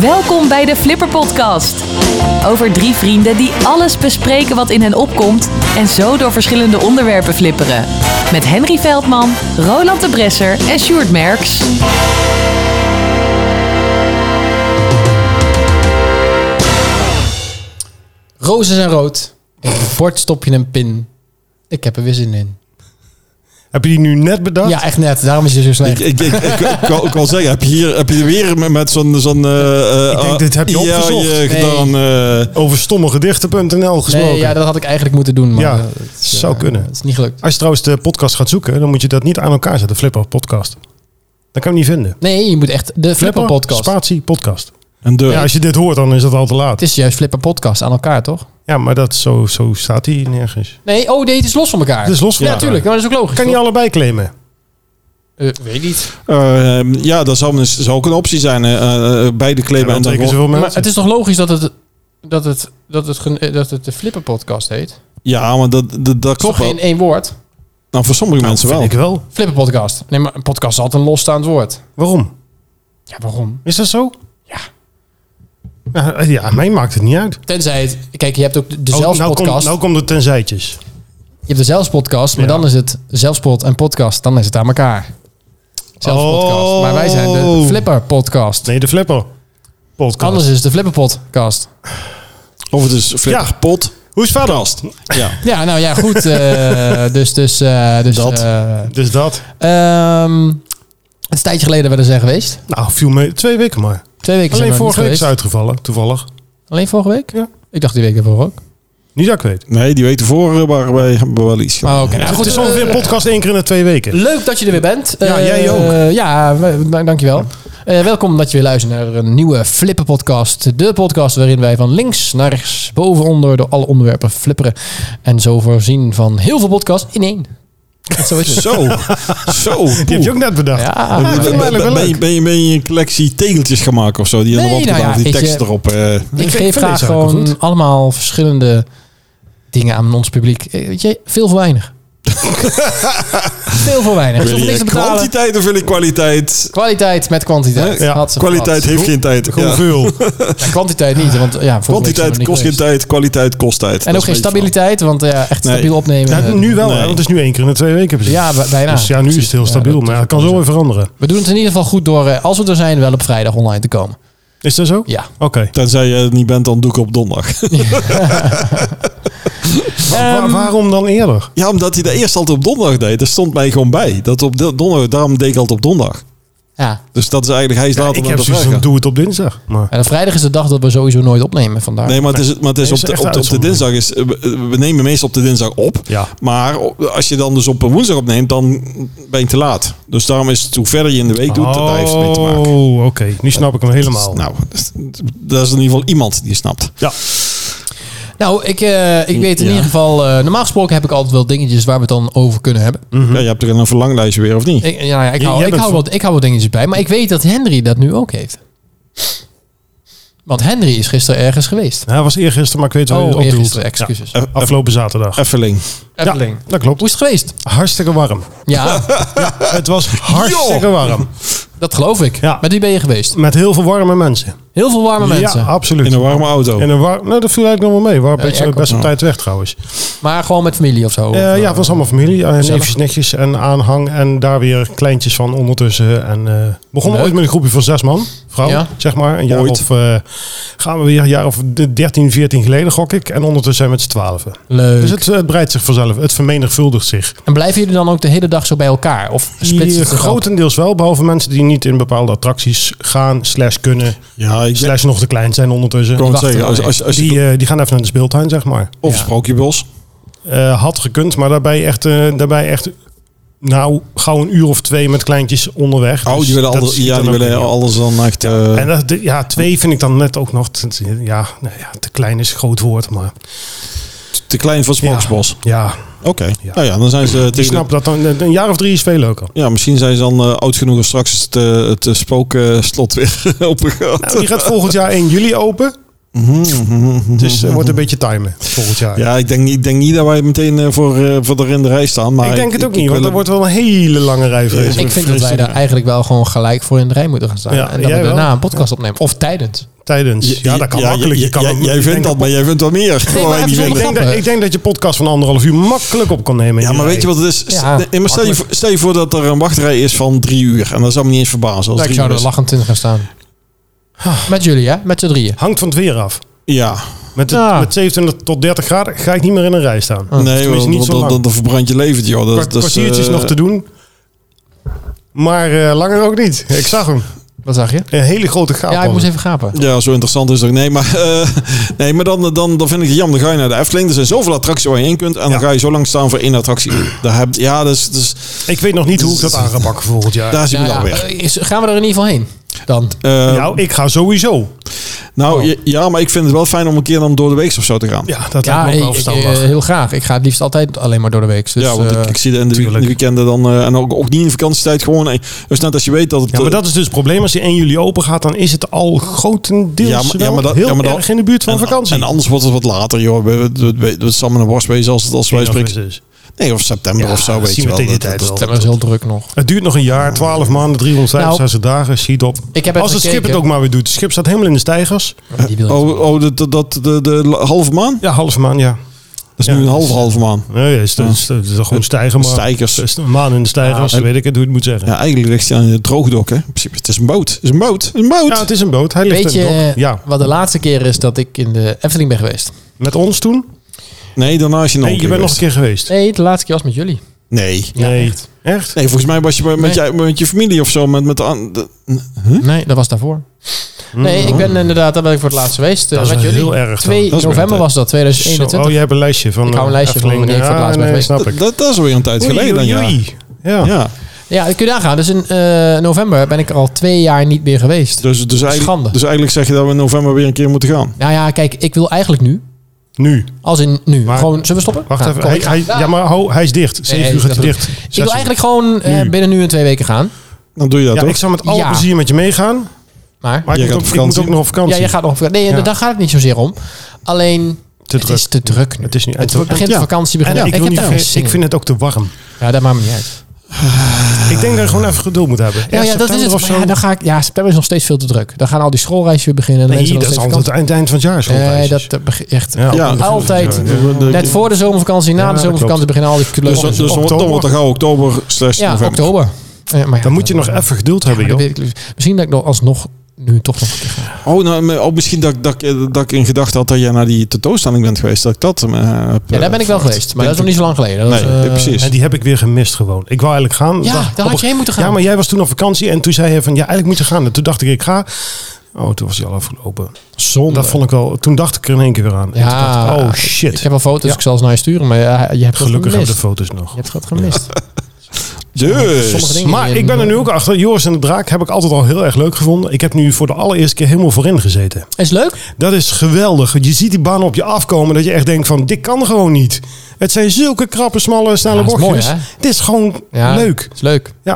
Welkom bij de Flipper Podcast. Over drie vrienden die alles bespreken wat in hen opkomt en zo door verschillende onderwerpen flipperen. Met Henry Veldman, Roland de Bresser en Sjoerd Merks. Rozen zijn rood. In een bord stop je een pin. Ik heb er weer zin in. Heb je die nu net bedacht? Ja, echt net. Daarom is je zo Ik, slecht. ik, ik, ik, ik kan, ik kan zeggen, heb je hier heb je weer met, met zo'n... zo'n eh, eh, Ik denk, dit heb je AI, opgezocht. eh, gedaan. eh. Over stommegedichten.nl gesproken. Nee, ja, dat had ik eigenlijk moeten doen. Maar Ja, eh, dat is, eh, zou kunnen. Het is niet gelukt. Als je trouwens de podcast gaat zoeken, dan moet je dat niet aan elkaar zetten. Flipper podcast. Dan kan je hem niet vinden. Nee, je moet echt de Flipper Podcast. Spatie podcast. en de, Ja, als je dit hoort, dan is dat al te het laat. is juist Flipper Podcast aan elkaar, toch? Ja, maar dat, zo, zo staat hij nergens. Nee, oh nee, het is los van elkaar. Het is los van ja, elkaar. natuurlijk. Maar dat is ook logisch. Kan je toch? allebei claimen? Eh, weet niet. eh, ja, dat zou, een- zou ook een optie zijn. eh, eh, eh, beide Ja, claimen dan en trekken dan gewoon- zoveel Maar mensen. het is toch logisch dat het, dat het, dat het, gen- eh, dat het de Flipper Podcast heet? Ja, maar dat, dat, Toch dat klopt wel. in één woord. Nou, voor sommige Nou, mensen wel. vind ik wel. Flipper Podcast. Nee, maar een podcast is altijd een losstaand woord. Waarom? Ja, waarom? Is dat zo? Ja. Ja, ja, mij maakt het niet uit. Tenzij het... Kijk, je hebt ook de- de Oh, nou, zelfpodcast. komt, nou komt het tenzijtjes. Je hebt de zelfspodcast, maar Ja. dan is het zelfspot en podcast. Dan is het aan elkaar. Zelfspodcast. Oh. Maar wij zijn de Flipper podcast. Nee, de Flipper podcast. Anders is het de Flipper podcast. Of het is flipper Ja. pot. Hoe is het verder? Kast. Ja. Ja, nou ja, goed. eh, dus, dus, eh, dus. Dat. eh, Dus dat. ehm, het is een tijdje geleden dat we er zijn geweest. Nou, viel mee. Twee weken maar. Twee weken zijn Alleen we vorige niet week is geweest. uitgevallen, toevallig. Alleen vorige week? Ja. Ik dacht die week ervoor ook. Niet dat ik weet. Nee, die weten voor waren wij hebben we wel iets. gedaan. Maar oké. nou, het goed, is ongeveer een eh, podcast één keer in de twee weken. Leuk dat je er weer bent. Ja, Eh, jij ook. eh, ja, we- dank- dankjewel. Eh welkom dat je weer luistert naar een nieuwe Flippen podcast. De podcast waarin wij van links naar rechts, boven onder, door alle onderwerpen flipperen. En zo voorzien van heel veel podcasts in één. Zo is het. Zo. Zo. Die heb je Poeh. ook net bedacht. Ja, Ja, ik vind Ben- hem eigenlijk wel ben, leuk. je- ben, je, ben je een collectie tegeltjes gaan maken of zo? Die Nee, erop nou gedaan, ja, die weet tekst je- erop. eh. ik vind geef deze graag eigenlijk wel gewoon goed. allemaal verschillende dingen aan ons publiek. Eh, Weet je, veel voor weinig. veel voor weinig. Ze wil hoeven niks te je betalen. kwantiteit of wil je kwaliteit? Kwaliteit met kwantiteit. Ja, Had ze Kwaliteit gehad. heeft geen tijd. Gewoon Ja. veel. Ja, kwantiteit niet, want ja, vorige week zijn we Kwantiteit niet kost geen geweest. tijd, kwaliteit kost tijd. En Dat ook is geen een beetje stabiliteit, want ja, echt Nee. stabiel opnemen. Ja, eh, nu wel, Nee. hè, want het is nu één keer in de twee weken precies. Ja, b- bijna. Dus ja, nu is het heel Ja, stabiel, dat- maar het kan zo weer veranderen. We doen het in ieder geval goed door, eh, als we er zijn, wel op vrijdag online te komen. Is dat zo? Ja. Oké. Tenzij je het niet bent, dan doe ik op donderdag. Wa- wa- Ehm, waarom dan eerder? Ja, omdat hij dat eerst altijd op donderdag deed. Dat stond mij gewoon bij. Dat op de- donderdag, daarom deed ik altijd op donderdag. ja. Dus dat is eigenlijk, hij is later ik dan heb de zoiets van, vrijdag. doe het op dinsdag. Maar En vrijdag is de dag dat we sowieso nooit opnemen vandaag. Nee, maar het is, maar het is Nee, op, is de, echt op, de- op de uitzondering. dinsdag. Is, eh, we we nemen meestal op de dinsdag op. ja, Maar op- als je dan dus op een woensdag opneemt, dan ben je te laat. Dus daarom is het, hoe verder je in de week doet, dat heeft mee te maken. Oh, oké. Nu snap ik hem helemaal. Nou, dat is in ieder geval iemand die het snapt. ja. Nou, ik, eh, ik weet in Ja. ieder geval... eh, normaal gesproken heb ik altijd wel dingetjes waar we het dan over kunnen hebben. Mhm. Ja, je hebt er een verlanglijstje weer, of niet? Ik, ja, ja, ik, Jij hou, ik, bent hou voor- wat, ik hou wat dingetjes bij, maar ik weet dat Henry dat nu ook heeft. Want Henry is gisteren ergens geweest. Hij was eergisteren, maar ik weet wel hoe je Oh, het opdoelt. eergisteren, excuses. Ja, Afgelopen zaterdag. Effeling. Ja, dat klopt. Hoe is het geweest? Hartstikke warm. Ja, Het was hartstikke warm. dat geloof ik. Ja. Met wie ben je geweest? Met heel veel warme mensen. Heel veel warme mensen. Ja, absoluut. In een warme auto. En een war nou, dat viel eigenlijk nog wel mee. We waren Ja, best- airco. best op tijd weg trouwens. Maar gewoon met familie of zo? Eh, Of, ja, eh, het was allemaal familie. En gezellig. neefjes, netjes en aanhang. En daar weer kleintjes van ondertussen. En eh begonnen Leuk. ooit met een groepje van zes man. Vrouw, Ja. zeg maar. Een jaar Ooit. of... eh, gaan we weer een jaar of de 13, 14 geleden, gok ik. En ondertussen zijn we met z'n twaalfen. Leuk. Dus het, het breidt zich vanzelf. Het vermenigvuldigt zich. En blijven jullie dan ook de hele dag zo bij elkaar? Of splitsen Die, eh, het grote... grotendeels wel, behalve mensen die niet in bepaalde attracties gaan, slash kunnen, Ja, ik slash nog te klein zijn ondertussen. Ik wou het wachten zeggen, als, wel als, als je Die, eh, die gaan even naar de speeltuin, zeg maar. of ja. Sprookjebos. Eh, had gekund, maar daarbij echt, eh, daarbij echt nou, gauw een uur of twee met kleintjes onderweg. Oh, Dus die willen, dat alles, schiet ja, dan die ook willen niet op. alles dan echt... eh, En dat, ja, twee vind ik dan net ook nog, te- ja, nou ja, te klein is een groot woord, maar te klein voor Sprookjesbos. ja, Oké. Ja. Nou ja, dan zijn ze... ik snap dat dan, een jaar of drie is veel leuker. Ja, misschien zijn ze dan eh, oud genoeg om straks het, eh, het eh, spookslot weer opengaat. Nou, die gaat volgend jaar 1 juli open. Dus het wordt een beetje timen volgend jaar. Mhm, Ja, ik denk niet, ik denk niet dat wij meteen eh, voor, eh, voor de in de rij staan. Maar ik denk het ook ik niet, want wil er wordt wel een hele lange rij vrees Ja, ik. Ik vind dat wij daar eigenlijk wel gewoon gelijk voor in de rij moeten gaan staan. Ja, en dat we jij wel. daarna een podcast opnemen. Of tijdens. tijdens. Ja, dat kan makkelijk. Je jij- kan jij- ook- jij ik vindt denk dat, maar jij vindt wat meer. Wat wij maar niet even Ik vinden. zonder- denk, dat, ik denk dat je podcast van anderhalf uur makkelijk op kan nemen. in Ja, die maar weet rij. je wat het is? Ja, Stel- nee, maar stel, je, voor- stel je voor dat er een wachtrij is van drie uur. En dat zou me niet eens verbazen. Als Nou, ik drie zou uur er is. lachend in gaan staan. Ah. Met jullie, hè? Met z'n drieën. Hangt van het weer af. Ja. Met, het- Ja. met 27 tot 30 graden ga ik niet meer in een rij staan. Nee, Tenminste, want niet dan, zo dan, lang. dan, dan verbrand je levend, joh. Dat, Kwart- dat is, kwartiertjes eh, nog te doen. Maar eh, langer ook niet. Ik zag hem. Wat zag je? Een hele grote gaap. Ja, ik was moest het. even gapen. Nou Ja, zo interessant is het ook. Nee, maar, eh, nee, maar dan, dan, dan vind ik het jammer. Dan ga je naar de Efteling. Er zijn zoveel attracties waar je in kunt. En Ja. dan ga je zo lang staan voor één attractie. Daar heb, ja, dus, dus, Ik weet nog niet hoe ik dat aan ga pakken volgend jaar. daar zit ik Nou dan ja, weer. eh, is- gaan we er in ieder geval heen? Dan. Eh, nou, ik ga sowieso. nou, Oh. je- ja, maar ik vind het wel fijn om een keer dan door de week of zo te gaan. Ja, Ja, dat Ja, lijkt me ook ik, wel ik, verstandig. eh, heel graag. Ik ga het liefst altijd alleen maar door de week. Dus, want eh, ik, ik zie dat in de, week- tuurlijk. de weekenden dan... eh, en ook, ook niet in de vakantietijd gewoon. eh, Dus net als je weet dat het... ja, maar eh, dat is dus het probleem. Als die 1 juli open gaat, dan is het al grotendeels Ja, maar- ja, wel maar dat- heel ja, maar dat- erg in de buurt van en, vakantie. En anders wordt het wat later, joh. We- we- we- we- Het zal maar een worst wezen als, het- als wij spreken. Dus. Nee, of september Ja, of zo, dat weet zien je we wel. tegen die Dat- tijd dat- wel. september is heel druk nog. Het duurt nog een jaar, 12 maanden, 365 dagen, ziet op. Nou, Ik heb Als het schip het ook maar weer doet. Het schip staat helemaal in de stijgers. ook... Die wil ik Oh, oh dat, dat, dat- de, de halve maan? Ja, halve maan, ja. Dat is Ja. nu een halve halve maan. Nee, het is, het is- het is gewoon stijgen, maar... Stijgers. Het is een maan in de stijgers, Ja, en- weet ik het, hoe je het moet zeggen. Ja, eigenlijk ligt hij aan het droogdok, hè? In principe, het is een boot. Het is een boot. Het is een boot. Ja, het is een boot. Hij ligt Weet in je het dok. eh, Ja, wat de laatste keer is dat ik in de Efteling ben geweest? met ons toen. nee, daarna is je nog Nee, je bent nog een geweest. keer geweest. Nee, de laatste keer was met jullie. Nee. Ja, nee. echt. Echt? Nee, volgens mij was je bij- met, Nee. je, met je familie of zo. Met, met de, an- de- Nee, dat was daarvoor. Nee, ik ben inderdaad, daar ben ik voor het laatst geweest. eh, Mm. Dat is met wel jullie. heel erg dan. 2 Dat is november weer- was dat, Zo, oh, 2021. je hebt een lijstje van... Ik hou een eh, lijstje van Efteling. wanneer ik voor het Ja, laatst ben nee, geweest. snap ik. dat, dat is alweer een tijd geleden dan, ja. ja. ja. Ja, Ja, dat kun je nagaan. Dus in eh, november ben ik er al twee jaar niet meer geweest. dus, dus, Schande. eigenlijk, dus eigenlijk zeg je dat we in november weer een keer moeten gaan. Nou ja, kijk, ik wil eigenlijk nu. Nu. Als in nu. Maar- gewoon, zullen we stoppen? Wacht Ja, even. kom, Hij, ik ga. hij- Ja. ja, maar ho, hij is dicht. Zeven nee, uur gaat dat hij doe dicht. Ik Zes wil uur. eigenlijk gewoon eh, Nu. binnen nu en twee weken gaan. Dan doe je dat Ja, toch? ik zal met alle Ja. plezier met je meegaan. Maar Maar Jij ik gaat moet, op ook, ik moet vakantie. ook nog op vakantie. ja, je gaat nog op vakantie. Nee, Ja. daar gaat het niet zozeer om. Alleen, Te het druk. is te druk nu. Het is nu- het en te- begint ja. de vakantie. En Begint, ik, ik, wil heb niet daar ver- geen zin ik in. vind het ook te warm. Ja, dat maakt me niet uit. Ik denk dat je gewoon even geduld moet hebben. Ja, Ergens ja, dat is september het. of Maar zo. ja, dan ga ik, ja, september is nog steeds veel te druk. Dan gaan al die schoolreisjes weer beginnen. En de nee, mensen dat is dan altijd het eind, eind van het jaar. zo'n Nee, reisjes. dat eh, beg- echt. Ja, Ja. ook- Altijd. Net voor de zomervakantie, na Ja, de dat zomervakantie klopt. beginnen al die Dus, kleuren. dus, dan wordt- dan oktober. wordt het gauw oktober slash ja, november. oktober. Eh, maar ja, Dan moet je dat- nog even geduld Ja, hebben, dat joh. weet ik- Misschien dat ik nog alsnog nu toch nog een keer ga. Oh, nou, maar- oh, misschien dat, dat, ik- dat ik in gedachten had dat jij naar die tentoonstelling bent geweest. Dat ik dat eh, heb, Ja, daar ben ik wel eh, geweest. Maar dat is nog denk niet zo lang geleden. Dat ik- was, Nee, eh, precies. En die heb ik weer gemist gewoon. Ik wou eigenlijk gaan. Ja, Dacht- daar had op- je heen moeten gaan. Ja, maar jij was toen op vakantie en toen zei je van... Ja, eigenlijk moet je gaan. En toen dacht ik, ik ga. Oh, toen was hij al afgelopen. Zonde. Dat vond ik wel... Toen dacht ik er in één keer weer aan. En toen Ja, dacht ik, oh Ik shit. heb al foto's, Ja. ik zal ze naar je sturen. Maar ja, je hebt Gelukkig het hebben we de gemist. foto's nog. Je hebt het gemist. Jeus. Sommige dingen Maar die- ik ben er nu ook achter. Joris en de Draak heb ik altijd al heel erg leuk gevonden. Ik heb nu voor de allereerste keer helemaal voorin gezeten. Is leuk? Dat is geweldig. Je ziet die banen op je afkomen dat je echt denkt van dit kan gewoon niet. Het zijn zulke krappe, smalle, snelle Ja, dat is bochtjes. mooi, hè? Het is gewoon Ja, leuk. Is leuk. Ja,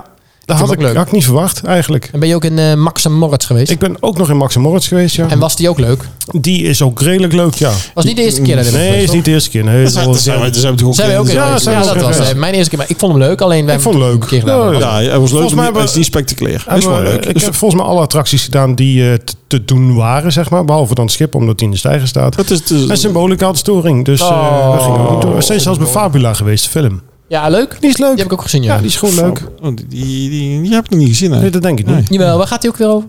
hem dat had ook ik, leuk. had ik niet verwacht eigenlijk. En ben je ook in eh, Max en Moritz geweest? Ik ben ook nog in Max en Moritz geweest, ja. En was die ook leuk? Die is ook redelijk leuk, ja. Was niet de eerste keer dat ik hem Nee, geweest, is niet de eerste keer. Nee, dat is al- Daar zijn we, daar zijn we toch ook Zijn wij ook in in- Ja, geweest? zijn Ja, we dat ook was geweest. eh, mijn eerste keer. Maar ik vond hem leuk. Alleen wij Ik vond hem hebben leuk. een keer gedaan. Ja, Ja, hij was leuk, Volgens maar mij niet- hij is hebben- niet spectaculair. Hij is Hebben wel we- leuk. eh, Ik Dus heb volgens mij alle attracties gedaan die eh, te, te doen waren, zeg maar. Behalve dan het schip, omdat die in de stijger staat. dat is, het is- En symbolica had storing. Dus eh, Oh. we, gingen ook door. we zijn zelfs bij Fabula geweest, de film. Ja, leuk. Die is leuk. Die heb ik ook gezien, ja. Ja, die is gewoon leuk. Oh, die, die, die, die heb ik nog niet gezien. Hè? Nee, dat denk ik niet. Jawel, waar gaat hij ook weer over?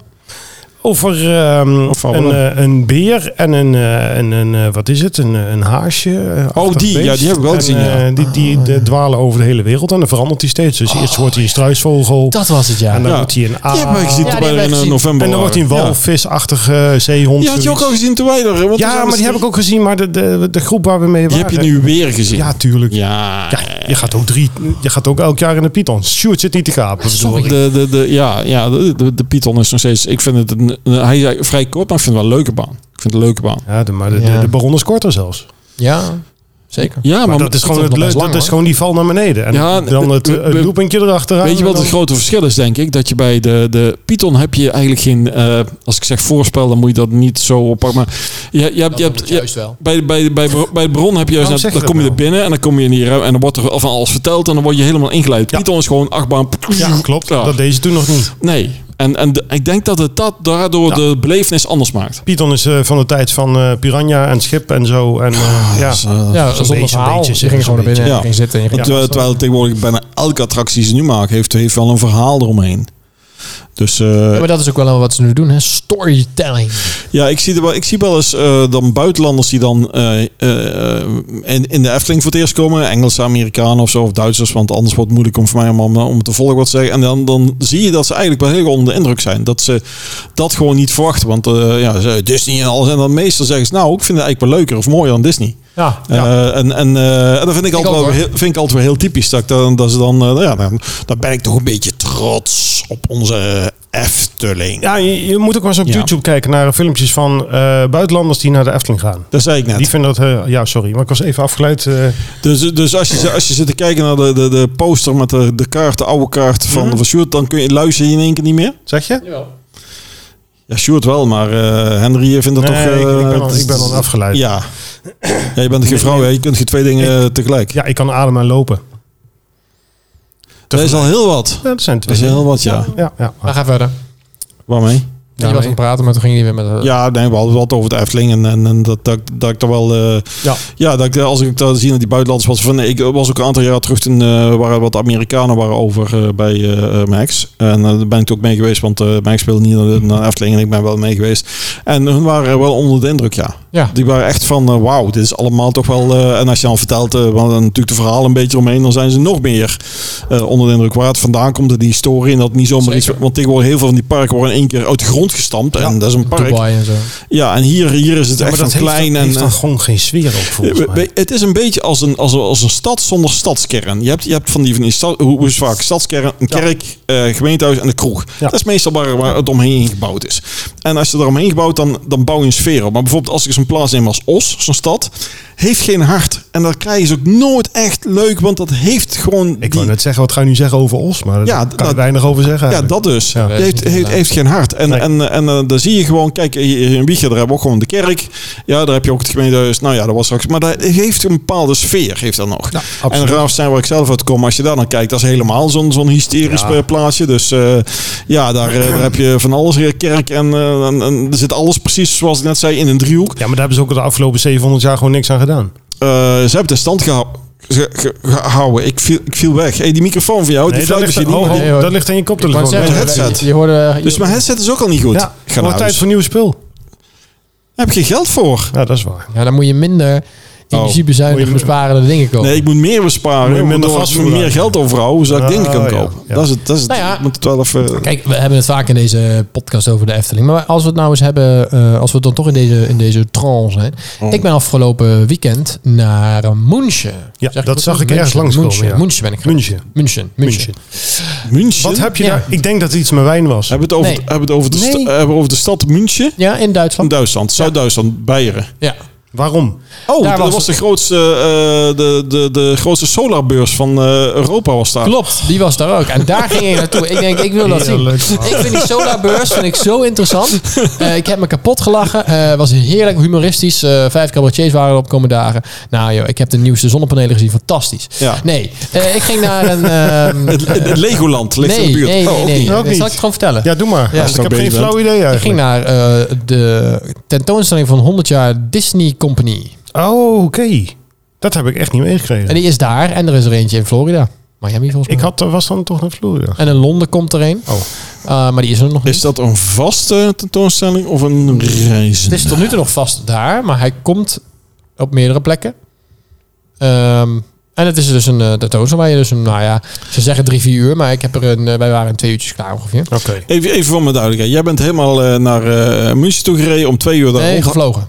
Over ehm, Of een, Fabula. eh, een beer en een, eh, en een eh, wat is het, een, eh, een haasje. eh, achtig Oh, die. Ja, beest. die heb ik wel En, gezien, eh, ja. Oh, die die de, dwalen over de hele wereld en dan verandert hij steeds. Dus eerst wordt hij een struisvogel Dat was het, ja. en dan Ja. wordt hij een Die hebben aal. we gezien Ja, toen die wij er hebben in we eh, gezien. november En dan wordt hij een waren. walvisachtige eh, zeehond. Ja. Die had je ook al zoiets. gezien toen wij er... want er Ja, was- maar die heb ik ook gezien, maar de, de, de groep waar we mee Die waren. heb je nu weer gezien. Ja, tuurlijk. Ja. Ja, je gaat ook drie, je gaat ook elk jaar in de Python. Sjoerd zit niet te gapen. Oh, bedoel ik. De, de, de, ja, ja de, de, de Python is nog steeds... Ik vind het een, een- hij is vrij kort, maar ik vind het wel een leuke baan. Ik vind het een leuke baan. Ja, de, maar de, Ja. de, de baron is korter zelfs. Ja. Zeker. Ja, Maar maar dat is gewoon, het nog leuk, best dat lang, is gewoon die val naar beneden. En Ja, dan het, we- het we- loopingje erachteraan. Weet je wat en het dan- grote verschil is, denk ik? Dat je bij de, de Python heb je eigenlijk geen... eh, als ik zeg voorspel, dan moet je dat niet zo oppakken. Maar je, je, hebt- je, Dat hebt- moet je- juist wel. bij, bij, bij, bij de bron heb je juist... Waarom zeg net- je Dan dat kom je nou? er binnen en dan kom je in die ruimte... en dan wordt er van alles verteld en dan word je helemaal ingeleid. Ja. Python is gewoon achtbaan... Ja, klopt. Ja. Dat deed ze toen nog niet. Nee. En, en de- ik denk dat het dat daardoor Ja. de belevenis anders maakt. Python is eh, van de tijd van eh, Piranha en Schip en zo. En, eh, ja. Dus, eh, Ja, zo'n zonder beetje, verhaal. beetje, je ging zo'n gewoon naar binnen en beetje. je ging zitten. En je ging terwijl, Ja. eh, terwijl tegenwoordig bijna elke attractie die ze nu maken... heeft, heeft wel een verhaal eromheen. Dus eh, Ja, maar dat is ook wel wat ze nu doen, hè? Storytelling. Ja, ik zie, er wel, ik zie wel eens eh, dan buitenlanders die dan eh, eh, in, in de Efteling voor het eerst komen. Engelse, Amerikanen of zo, of Duitsers. Want anders wordt het moeilijk om voor mij om, om, om het te volgen wat te zeggen. En dan, dan zie je dat ze eigenlijk wel heel erg onder de indruk zijn. Dat ze dat gewoon niet verwachten. Want eh ja, ze- Disney en alles. En dan meestal zeggen ze, nou, ik vind het eigenlijk wel leuker of mooier dan Disney. Ja. Eh, en, en, eh, en dat vind ik, altijd ook, wel, hoor. heel, vind ik altijd wel heel typisch. Dat, ik dan, dat ze dan, eh, nou ja, dan, dan ben ik toch een beetje trots op onze Efteling. Ja, je, je moet ook wel eens op Ja. YouTube kijken naar filmpjes van eh, buitenlanders die naar de Efteling gaan. Dat zei ik net. Die vinden dat... eh, ja, sorry, maar ik was even afgeleid. eh, Dus, dus als, je, als je zit te kijken naar de, de, de poster met de, de kaart, de oude kaart van, Mhm. van Sjoerd, dan kun je luisteren in één keer niet meer. zeg je? Ja, Sjoerd wel, maar eh, Henry vindt dat Nee, toch... ik, eh, ik ben al, dat- ik ben al afgeleid. Ja. Ja. ja, je bent geen vrouw, hè? je kunt geen twee dingen eh, tegelijk. ik kan ademen en lopen. dat is al heel wat. Ja, dat zijn Dat twee. is heel wat, ja. Ja, ja. Maar ga verder. Waarmee? Ja, je was aan het praten, maar toen ging je weer met... eh, Ja, nee, we hadden wat over de Efteling en, en, en dat, dat, dat ik toch wel... eh, Ja. Ja, dat ik, eh, als ik dat zie dat die buitenlanders was van nee, ik was ook een aantal jaar terug toen eh, waren wat Amerikanen waren over eh, bij eh, eh, Max. En eh, daar ben ik ook mee geweest, want eh, Max speelde niet naar de, naar de Efteling en ik ben wel mee geweest. En hun waren wel onder de indruk, ja. Ja. Die waren echt van, eh, wauw, dit is allemaal toch wel... eh, en als je dan vertelt, eh, want dan natuurlijk de verhaal een beetje omheen... dan zijn ze nog meer eh, onder de indruk waar het vandaan komt. en Die historie en dat niet zomaar iets... Want tegenwoordig heel veel van die parken worden in één keer uit de grond gestampt. En dat is een park. Dubai en zo. Ja, en hier, hier is het Ja, echt maar van dat heeft, klein. dan, en, heeft dan gewoon geen sfeer op volgens eh, mij. we- het is een beetje als een, als, een, als een stad zonder stadskern. Je hebt, je hebt van die, van die stad, hoe, hoe is het vaak? Stadskern, een kerk, eh, gemeentehuis en een kroeg. Ja. Dat is meestal waar, waar het omheen gebouwd is. En als je eromheen gebouwd, dan, dan bouw je een sfeer op. Maar bijvoorbeeld als ik zo'n plaats neem als Os, zo'n stad, heeft geen hart. En dat krijgen ze ook nooit echt leuk, want dat heeft gewoon... Ik die- wou net zeggen, wat ga je nu zeggen over Os? Maar daar Ja, kan dat- ik weinig over zeggen. ja, eigenlijk. dat dus. Ja. Die heeft, heeft, heeft geen hart. En, Nee. en, en eh, daar zie je gewoon, kijk, hier in Wiegen, daar hebben we ook gewoon de kerk. Ja, daar heb je ook het gemeentehuis. Nou ja, dat was straks. Maar dat heeft een bepaalde sfeer, heeft dat nog. en absoluut. Raaf zijn waar ik zelf uit kom, als je daar dan kijkt, dat is helemaal zo'n zo'n hysterisch Ja. plaatsje. Dus eh, ja, daar, eh, daar heb je van alles. Hier kerk en, eh, en, en er zit alles precies zoals ik net zei in een driehoek. Ja, maar daar hebben ze ook de afgelopen 700 jaar gewoon niks aan gedaan. Eh, ze hebben het in stand gehouden. Ge- ge- gehouden. Ik viel, ik viel weg. Hey, die microfoon van jou, die Nee, dat, fluit ligt, dus hier oh, niet. oh, Nee, hoor. dat ligt aan je Ik wou koptelefoon. zeggen, met headset. Je, je hoorde... Dus mijn headset is ook al niet goed. Ja, Ga naar wordt tijd huis. voor nieuw spul. Daar heb je geld voor. Ja, dat is waar. Ja, dan moet je minder energie Oh. bezuinig Moet je- besparen dan dingen kopen. Nee, ik moet meer Moet je besparen. minder Minder gas als ik voor meer laten. geld overhouden, zodat ik Ah, dingen kan ja, kopen. ja. Dat is het. Dat is het. Nou ja. Ik moet het wel even. Kijk, we hebben het vaak in deze podcast over de Efteling. Maar als we het nou eens hebben, eh, als we dan toch in deze, in deze trance zijn. Oh. Ik ben afgelopen weekend naar eh, München. Ja, Zeg ik dat goed? zag ik München, ergens langskomen, München, ja. München ben ik geweest. München. München. München. München. München. Wat heb je Ja. daar? Ik denk dat het iets met wijn was. Hebben we het over, Nee. hebben we het over, de, sta- Nee. hebben we over de stad München? Ja, in In Duitsland. Duitsland, Zuid-Duitsland, Beieren. Ja. Waarom? Oh, Daar dat was, was de, grootste, eh, de, de, de grootste solarbeurs van eh, Europa was daar. Klopt, die was daar ook. En daar ging ik naartoe. Ik denk, ik wil dat Heel zien. leuk verhaal. Ik vind die solarbeurs vind ik zo interessant. Eh, ik heb me kapot gelachen. Het was heerlijk humoristisch. Eh, vijf cabaretiers waren er op komende dagen. Nou joh, ik heb de nieuwste zonnepanelen gezien. Fantastisch. Ja. Nee, eh, ik ging naar een... ehm, Het, het- het Legoland ligt nee, in de buurt. nee, Oh, nee, ook nee, niet. nee. Ook Zal ik niet. het gewoon vertellen? Ja, doe maar. Ja. Als ik Als je heb nog geen bezig flauw bent. idee ik ging eigenlijk. naar eh, de tentoonstelling van 100 jaar Disney Company. Oh, oké. Dat heb ik echt niet En meegekregen. die is daar. En er is er eentje in Florida. Miami volgens mij. Ik had, eh, was dan toch naar Florida. En in Londen komt er een. Oh. Eh, maar die is er nog niet. Is dat een vaste tentoonstelling of een reis? Het is tot nu toe nog vast daar, maar hij komt op meerdere plekken. Ehm, en het is dus een uh, tentoonstelling waar je dus een, nou ja, ze zeggen drie, vier uur, maar ik heb er een, eh, wij waren in twee uurtjes klaar ongeveer. Oké. Even, even voor mijn duidelijkheid. Jij bent helemaal eh, naar eh, München toe gereden om twee Eh, uur daar Nee, rond- gevlogen.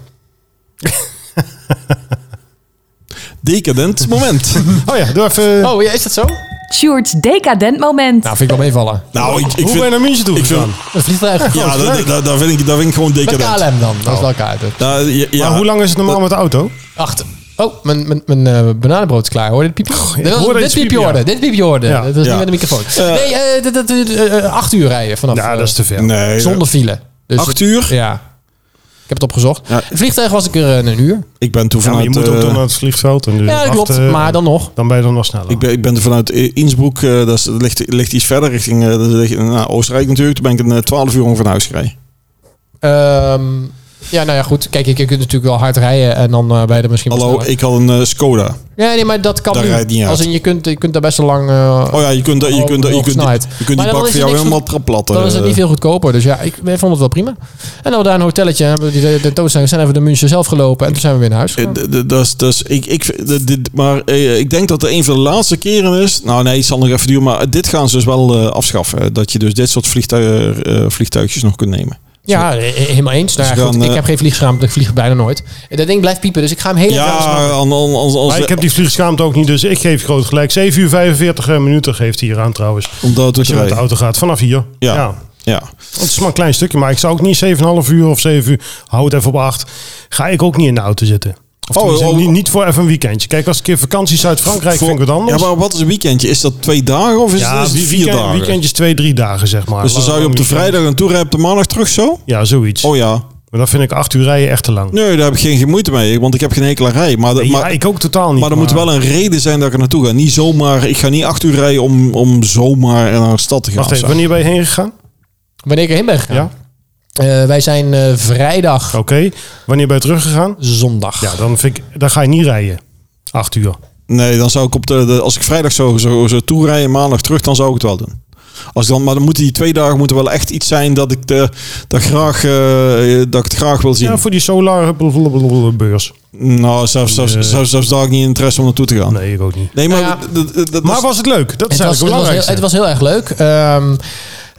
Decadent moment. Oh ja, doe even... Oh ja, is dat zo? Sjoerd's decadent moment. Nou, vind ik wel meevallen. nou, ik, ik Hoe ben vind... je naar München toe ik vind- gegaan? Een vliegtuig. Ja, dat, dat, dat, vind ik, dat vind ik gewoon Met decadent. Oh. KLM dan, dat is wel elkaar. Dus. Nou, ja, ja. Maar hoe lang is het normaal met de auto? Acht, Oh, mijn, mijn, mijn eh, bananenbrood is klaar. Hoor je dit piepje? ik Dat was- hoorde dit iets piepje piepen, ja. hoorde. Dit piepje hoorde. Ja. Dat was Ja. niet met de microfoon. nee, eh, dat- dat- eh, eh, acht uur rijden vanaf. Ja, dat is te ver. Nee. eh, zonder file. Dus Acht uur? Ja. Ik heb het opgezocht. Ja. Dus Vliegtuig was ik er eh, een uur. Ik ben toen Ja, maar vanuit... je moet ook eh, dan naar het vliegveld. En dus Ja, dat acht, klopt. eh, maar dan nog. Dan ben je dan nog sneller. Ik ben, ik ben er vanuit I- Innsbruck, eh, dat, is, dat ligt, ligt iets verder richting eh, dat ligt, nou, Oostenrijk natuurlijk. Toen ben ik een eh, 12 uur ongeveer naar huis gereden. Ehm, ja, nou ja, goed. Kijk, je, je kunt natuurlijk wel hard rijden en dan eh ben je er misschien wel Hallo, sneller. ik had een eh, Skoda. Ja, nee, maar dat kan Daar nu. rijdt niet Als uit. in, je kunt, je kunt daar best wel lang... eh, Oh ja, je kunt, dat- je Oh, kunt, dat- je nog kunt, die- snelheid. je kunt Maar die dan bak is voor er jou niks helemaal traplatten. Dan is het niet eh. veel goedkoper. Dus ja, ik vond het wel prima. En dan hadden we daar een hotelletje. Hebben we die de tentoonstelling. Zijn even de München zelf gelopen. En toen zijn we weer naar huis Eh, gegaan. d- d- Dat is, dat is, ik, ik, d- dit- maar eh, ik denk dat het een van de laatste keren is. Nou nee, het zal nog even duren. Maar dit gaan ze dus wel eh, afschaffen. eh, Dat je dus dit soort vliegtuig, eh, vliegtuigjes nog kunt nemen. Ja, eh, eh, helemaal eens. Nou, Dus ja, we goed, gaan, ik eh, heb geen vliegschaam. want Ik vlieg bijna nooit. En Dat ding blijft piepen. Dus ik ga hem heel erg Ja, maken. an- an- als, als, maar ik heb die vliegschaamte ook niet, dus ik geef groot gelijk. 7 uur 45 minuten geeft hij hier aan trouwens. omdat Als je met de auto gaat, vanaf hier. Ja. ja. Ja. Het is maar een klein stukje, maar ik zou ook niet 7,5 uur of 7 uur, hou het even op 8, ga ik ook niet in de auto zitten. Of Oh, tenminste, oh, niet, niet voor even een weekendje. Kijk, als ik een keer vakantie Zuid-Frankrijk Voor- vind ik het anders. Ja, maar wat is een weekendje? Is dat twee dagen of is, het, is het wie- vier weekend- dagen? weekendjes twee, drie dagen zeg maar. Dus dan zou je op de vrijdag naartoe rijden, op de maandag terug zo? Ja, zoiets. Oh ja. Maar dan vind ik 8 uur rijden echt te lang. Nee, daar heb ik geen, geen moeite mee, want ik heb geen enkele rij. Maar, dat- ja, maar, ik ook totaal niet. maar er moet wel een reden zijn dat ik er naartoe ga. Niet zomaar, ik ga niet acht uur rijden om, om zomaar naar een stad te gaan. Wacht of even, zo. wanneer ben je heen gegaan? Wanneer ik erheen ben gegaan. Ja, Eh, wij zijn eh, vrijdag, oké. Wanneer ben je teruggegaan? zondag. Ja, dan, vind ik, dan ga je niet rijden. 8 uur. Nee, dan zou ik op de, de- als ik vrijdag zo, zo, zo toe rij en maandag terug, dan zou ik het wel doen. Als ik dan, maar dan moeten die twee dagen moeten wel echt iets zijn dat ik, de, dat graag, eh, dat ik het graag wil zien. Ja, voor die solar blablabla beurs. Nou, zelfs, zelfs, Nee. zelfs, zelfs daar heb ik niet interesse om naartoe te gaan. Nee, Nee, ik ook niet. maar... Ja. d- d- d- dat is- Nou Maar was het leuk? Dat is Het was, het, eigenlijk was het heel, het belangrijkste. was heel erg leuk. Ehm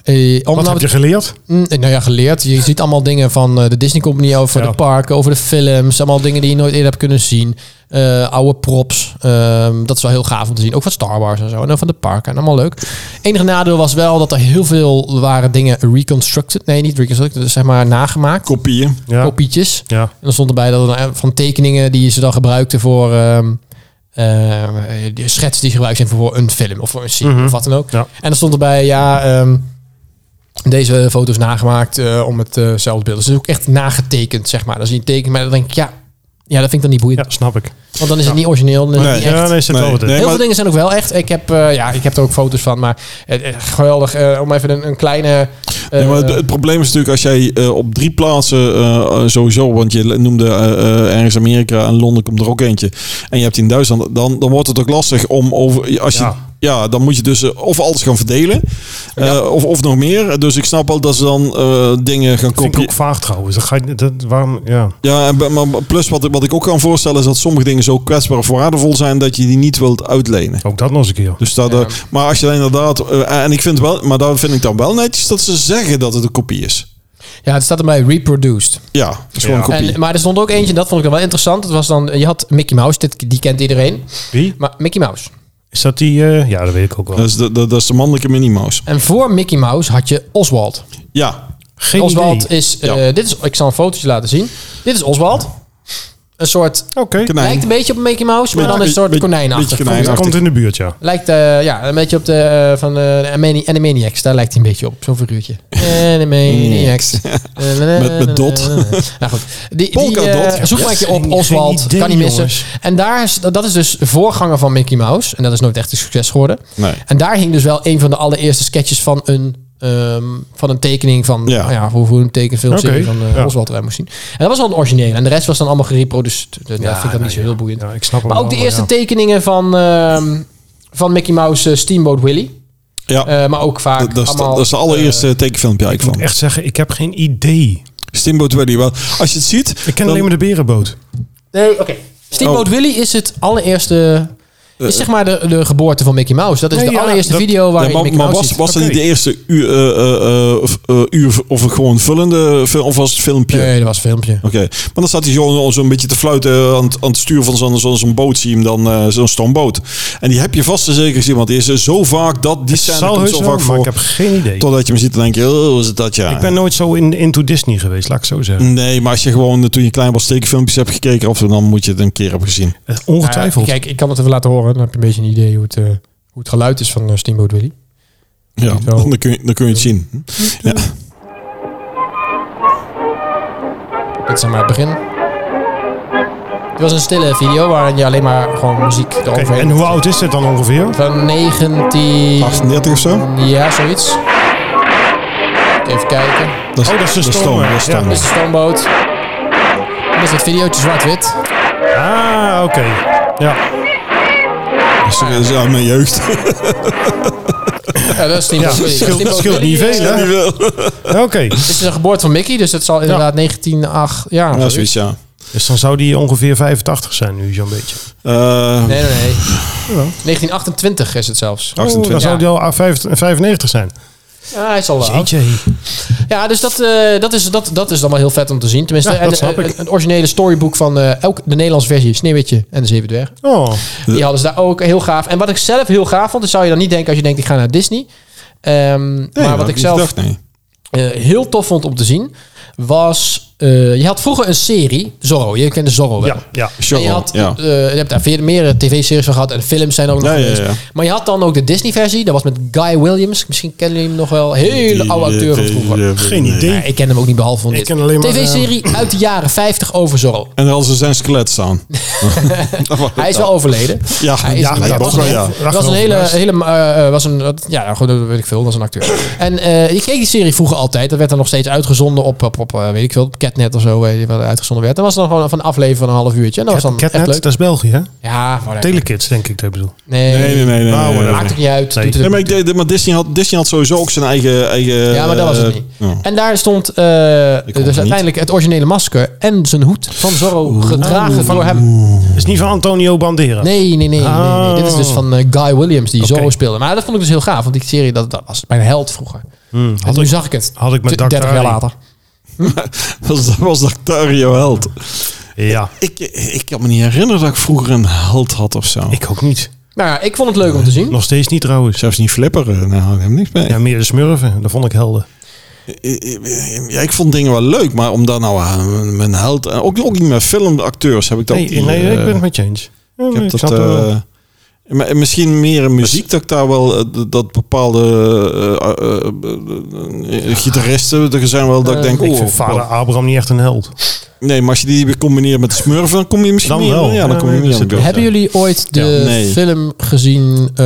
eh, om Wat nou heb je geleerd? Mm, nou ja, geleerd. Je ziet allemaal dingen van eh, de Disney Company over Ja. de parken, over de films. Allemaal dingen die je nooit eerder hebt kunnen zien. Eh, oude props. Ehm, dat is wel heel gaaf om te zien. Ook van Star Wars en zo. En dan van de parken. En allemaal leuk. Enige nadeel was wel dat er heel veel waren dingen reconstructed. Nee, niet reconstructed. Dus zeg maar nagemaakt. kopieën. Ja. Kopietjes. ja. En dan stond erbij dat het, eh, van tekeningen die ze dan gebruikten voor... ehm eh, de schetsen die gebruikt zijn voor een film of voor een serie Mhm. of wat dan ook. Ja. En dan stond erbij, ja, ehm, deze foto's nagemaakt eh, om hetzelfde beeld. Dus het is ook echt nagetekend, zeg maar. Dan zie je een tekening, maar dan denk ik, ja, ja dat vind ik dan niet boeiend. Ja, snap ik. Want dan is het niet origineel, dan is het Nee. niet echt. Ja, nee, zit Nee. wel wat in. Nee. Heel maar- veel dingen zijn ook wel echt. Ik heb, eh, ja, ik heb er ook foto's van, maar eh, eh, geweldig. eh, om even een, een kleine... eh, Nee, maar het, het probleem is natuurlijk als jij eh, op drie plaatsen eh, eh, sowieso, want je noemde eh, eh, ergens Amerika en Londen komt er ook eentje. En je hebt die in Duitsland, dan, dan wordt het ook lastig om over. Als je, ja. Ja. dan moet je dus eh, of alles gaan verdelen. eh, of, of nog meer. Dus ik snap wel dat ze dan eh, dingen gaan Vind ik kopiëren. ook vaag trouwens. Dat ga je, dat, waarom, ja. Ja, en, maar plus wat, wat ik ook kan voorstellen is dat sommige dingen zo kwetsbaar of waardevol zijn dat je die niet wilt uitlenen. Ook dat nog eens een keer. Dus dat, eh, maar als je dan inderdaad, eh, en ik vind wel, maar daar vind ik dan wel netjes dat ze zeggen dat het een kopie is. Ja, het staat erbij reproduced. Ja, het is gewoon Ja. een kopie. En, maar er stond ook eentje, dat vond ik dan wel interessant. Dat was dan, je had Mickey Mouse, dit, die kent iedereen. Wie? Maar Mickey Mouse. Is dat die? eh, ja, dat weet ik ook wel. Dus- Dat is de, de- dat is de mannelijke Minnie Mouse. En voor Mickey Mouse had je Oswald. Ja. Geen Oswald idee. is, Ja. eh, dit is, ik zal een fotootje laten zien. Dit is Oswald. Een soort, Oké, Konijn. lijkt een beetje op Mickey Mouse, maar Ja, dan een be- soort be- konijnachtig. beetje konijn. dat komt in de buurt, ja. Lijkt eh, ja, een beetje op de eh, van eh, Animani- Animaniacs. Daar lijkt hij een beetje op, zo'n figuurtje. Animaniacs. Met- met Dot. nou goed. Die, die, Polka eh, Dot. zoek maar een keer op Oswald. Geen idee, kan niet missen. jongens. En daar is, dat is dus voorganger van Mickey Mouse. En dat is nooit echt een succes geworden. Nee. En daar hing dus wel een van de allereerste sketches van een, ehm, van een tekening van Ja. nou ja, hoe, hoe een tekenfilmserie Oké, van eh, ja. Oswald eruit moest zien. En dat was wel een origineel. En de rest was dan allemaal gereproduceerd. Dus dat vind ik dan nou niet zo ja. heel boeiend. Ja, ik snap Maar ook de eerste tekeningen van, ehm, van Mickey Mouse eh, Steamboat Willie. Ja, Eh, maar ook vaak dat, dat, is, allemaal... eh, dat is de allereerste tekenfilmpje Ik moet eigenlijk van. echt zeggen, ik heb geen idee. Steamboat Willie. Wel, als je het ziet... Ik ken dan- Oh. alleen maar de berenboot. Nee, oké. Steamboat Willie is het allereerste... is zeg maar de, de geboorte van Mickey Mouse. Eh, Dat is Nee, de ja, allereerste dat- video waar Ja, je maar, Mickey maar Mouse was, ziet. was dat Oké. niet de eerste uur, eh, eh, eh, f- eh, uur v- of een gewoon vullende film, of was het filmpje? Nee, dat was een filmpje. Oké, maar dan staat hij gewoon al zo'n beetje te fluiten eh, aan het, aan het stuur van zo'n zo'n zo'n boot, zie je hem dan, eh, zo'n stoomboot. En die heb je vast en zeker gezien, want die is eh, zo vaak, dat, die Het scène zal komt heus zo wel, vaak maar voor. ik heb geen idee. Totdat je hem ziet en denk je, oh, is het dat ja. Ik ben nooit zo in, into Disney geweest, laat ik het zo zeggen. Nee, maar als je gewoon eh, toen je klein was tekenfilmpjes hebt gekeken, of dan moet je het een keer hebben gezien. Eh, Ongetwijfeld. Ja, kijk, ik kan het even laten horen. Dan heb je een beetje een idee hoe het, eh, hoe het geluid is van eh, Steamboat Willie. Ja, wel. dan kun je, dan kun je het zien. Ja. Dit is zeg maar het begin. Het was een stille video waarin je alleen maar gewoon muziek Oké, eroverheen... en hoe oud is dit dan ongeveer? Van 19... 38 of zo? Ja, zoiets. Even kijken. Dat Oh, dat is de stoom, stoom, ja. dat is stoom. Dit is de stoomboot. Dit is het videootje zwart-wit. Ah, oké. Ja. Dat is uit mijn jeugd. Ja, dat is Steamboat Ja, Willie. scheelt- Steamboat scheelt Willie, niet eh, veel, hè? Die wil. Oké. Dit is de geboorte van Mickey, dus dat zal inderdaad 1908... Ja, Ja, zoiets. zoiets, ja. Dus dan zou die ongeveer 85 zijn nu, zo'n beetje. Eh, Nee, nee, nee. 1928 is het zelfs. Oh, 28. dan zou Ja. die al 95 95 zijn. Ja, hij is al wel oud. Jeetje. Ja, dus dat, eh, dat, is, dat, dat is dan wel heel vet om te zien. Tenminste, Ja, dat en, snap eh, ik. het originele storyboek van eh, elk, de Nederlandse versie, Sneeuwwitje en de Zeven Dwergen. Oh, Die hadden ze daar ook heel gaaf. En wat ik zelf heel gaaf vond, dat zou je dan niet denken als je denkt, ik ga naar Disney. Ehm, nee, maar had wat ik niet zelf gedacht, nee. eh, heel tof vond om te zien, was... eh, je had vroeger een serie, Zorro. Je kende Zorro wel. ja, ja. En je, Sure, had, ja. eh, je hebt daar veel meerdere tv-series van gehad en films zijn er ook nog Ja, ja, geweest. ja. Maar je had dan ook de Disney-versie. Dat was met Guy Williams. Misschien kennen jullie hem nog wel. Hele eh, oude acteur van vroeger. Geen idee. Ja, ik ken hem ook niet behalve van Ik dit. ken alleen maar, eh, TV-serie uit de jaren 50 over Zorro. En dan ze zijn skelet staan. Hij is wel overleden. Ja, Hij is ja, overleden. dat was, ook wel, een- ja. dat was een hele... hele eh, eh, was een, dat- ja, goed, dat weet ik veel. Dat is een acteur. En eh, je keek die serie vroeger altijd. Dat werd dan nog steeds uitgezonden op, op, op eh, weet ik veel, op Catnet of zo. Weet je, wat uitgezonden werd. Dat was dan gewoon van een aflevering van een half uurtje. En dat was dan echt Catnet, leuk. dat is België, hè? Ja, maar Telekids, denk ik dat ik bedoel. nee, Nee, nee, nee. nee, Nou, nee, nee. whatever. Maakt het niet uit. Nee. Doet het- Nee, maar, ik deed, maar Disney, had, Disney had sowieso ook zijn eigen... eigen Ja, maar dat was het eh, niet. ja. En daar stond eh, het dus niet. uiteindelijk het originele masker en zijn hoed van Zorro gedragen door hem. Is niet van Antonio Bandera. Nee, nee, nee. nee, nee. Oh. Dit is dus van eh, Guy Williams die Oké. Zorro speelde. Maar dat vond ik dus heel gaaf, want die serie dat, dat was mijn held vroeger. Hmm, en had, nu ik, zag ik het. had ik met Dr. 30 jaar Harry. later. Dat was Dactario held. Ja, Ik, ik kan me niet herinneren dat ik vroeger een held had of zo. ik ook niet. Nou ja, ik vond het leuk om te zien. Nog steeds niet trouwens. Zelfs niet flipperen, nou, daar heb ik niks mee. Ja, meer de smurfen. Dat vond ik helder. Ja, ik vond dingen wel leuk, maar om daar nou aan mijn held... Ook, ook niet met filmacteurs heb ik dat Nee, niet, nee, ik eh, ben het met je eens. Ja, Ik heb ik dat, snap het wel. eh, maar misschien meer in muziek dat ik daar wel eh, d- dat bepaalde eh, eh, eh, eh, gitaristen er zijn wel dat ik Eh, denk ik oh vind vader Abraham niet echt een held. nee maar als je die weer combineert met de smurfen dan kom je misschien Dan meer wel. ja dan Ja, kom nee, je meer dus aan de het- beurt. Hebben jullie ooit de Ja, nee. film gezien, eh,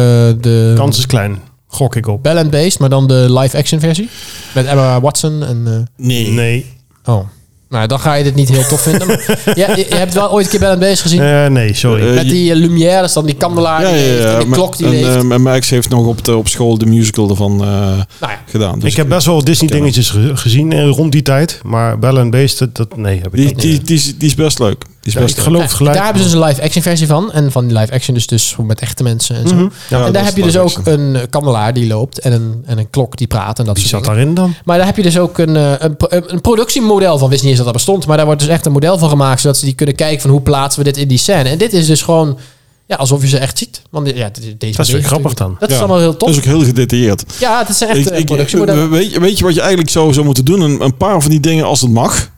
de Kans is klein. Gok ik op. Bell and Beast, maar dan de live-action versie? Met Emma Watson en... eh, nee, Nee. Oh. Nou, dan ga je dit niet heel tof vinden. Maar je, je hebt wel ooit een keer bij het bezig gezien. Eh, nee, sorry. Eh, met die eh, lumière, dus dan die kandelaar ja, die ja, leeft ja, en die maar- klok die en, leeft. eh, mijn Max heeft nog op, de, op school de musical ervan eh, nou ja. gedaan. Dus ik heb best wel wat Disney dingetjes ge- gezien eh, rond die tijd. Maar Bell and Beast, dat, dat- nee, heb ik die, dat die, die, is, die is best leuk. Die is Ja, best ik leuk. geloof Nou, gelijk. Daar hebben ze dus een live-action versie van. En van die live-action dus, dus met echte mensen en zo. Ja, en dat daar heb is je dus leuk ook action. een eh, kandelaar die loopt en een, en een klok die praat en dat Die soort zat dingen. daarin dan? Maar daar heb je dus ook een, eh, een, pro- een een productiemodel van. Wist niet eens dat dat bestond. Maar daar wordt dus echt een model van gemaakt. Zodat ze die kunnen kijken van hoe plaatsen we dit in die scène. En dit is dus gewoon ja, alsof je ze echt ziet. Want dit- ja, dit- deze Dat is weer beweging grappig natuurlijk. Dat dan. is Ja. allemaal heel Dat tof. is ook heel gedetailleerd. Ja, het is echt eh, Ik- een ik- productiemodel. weet, je- weet je wat je eigenlijk zou, zou moeten doen? Een, een paar van die dingen als het mag.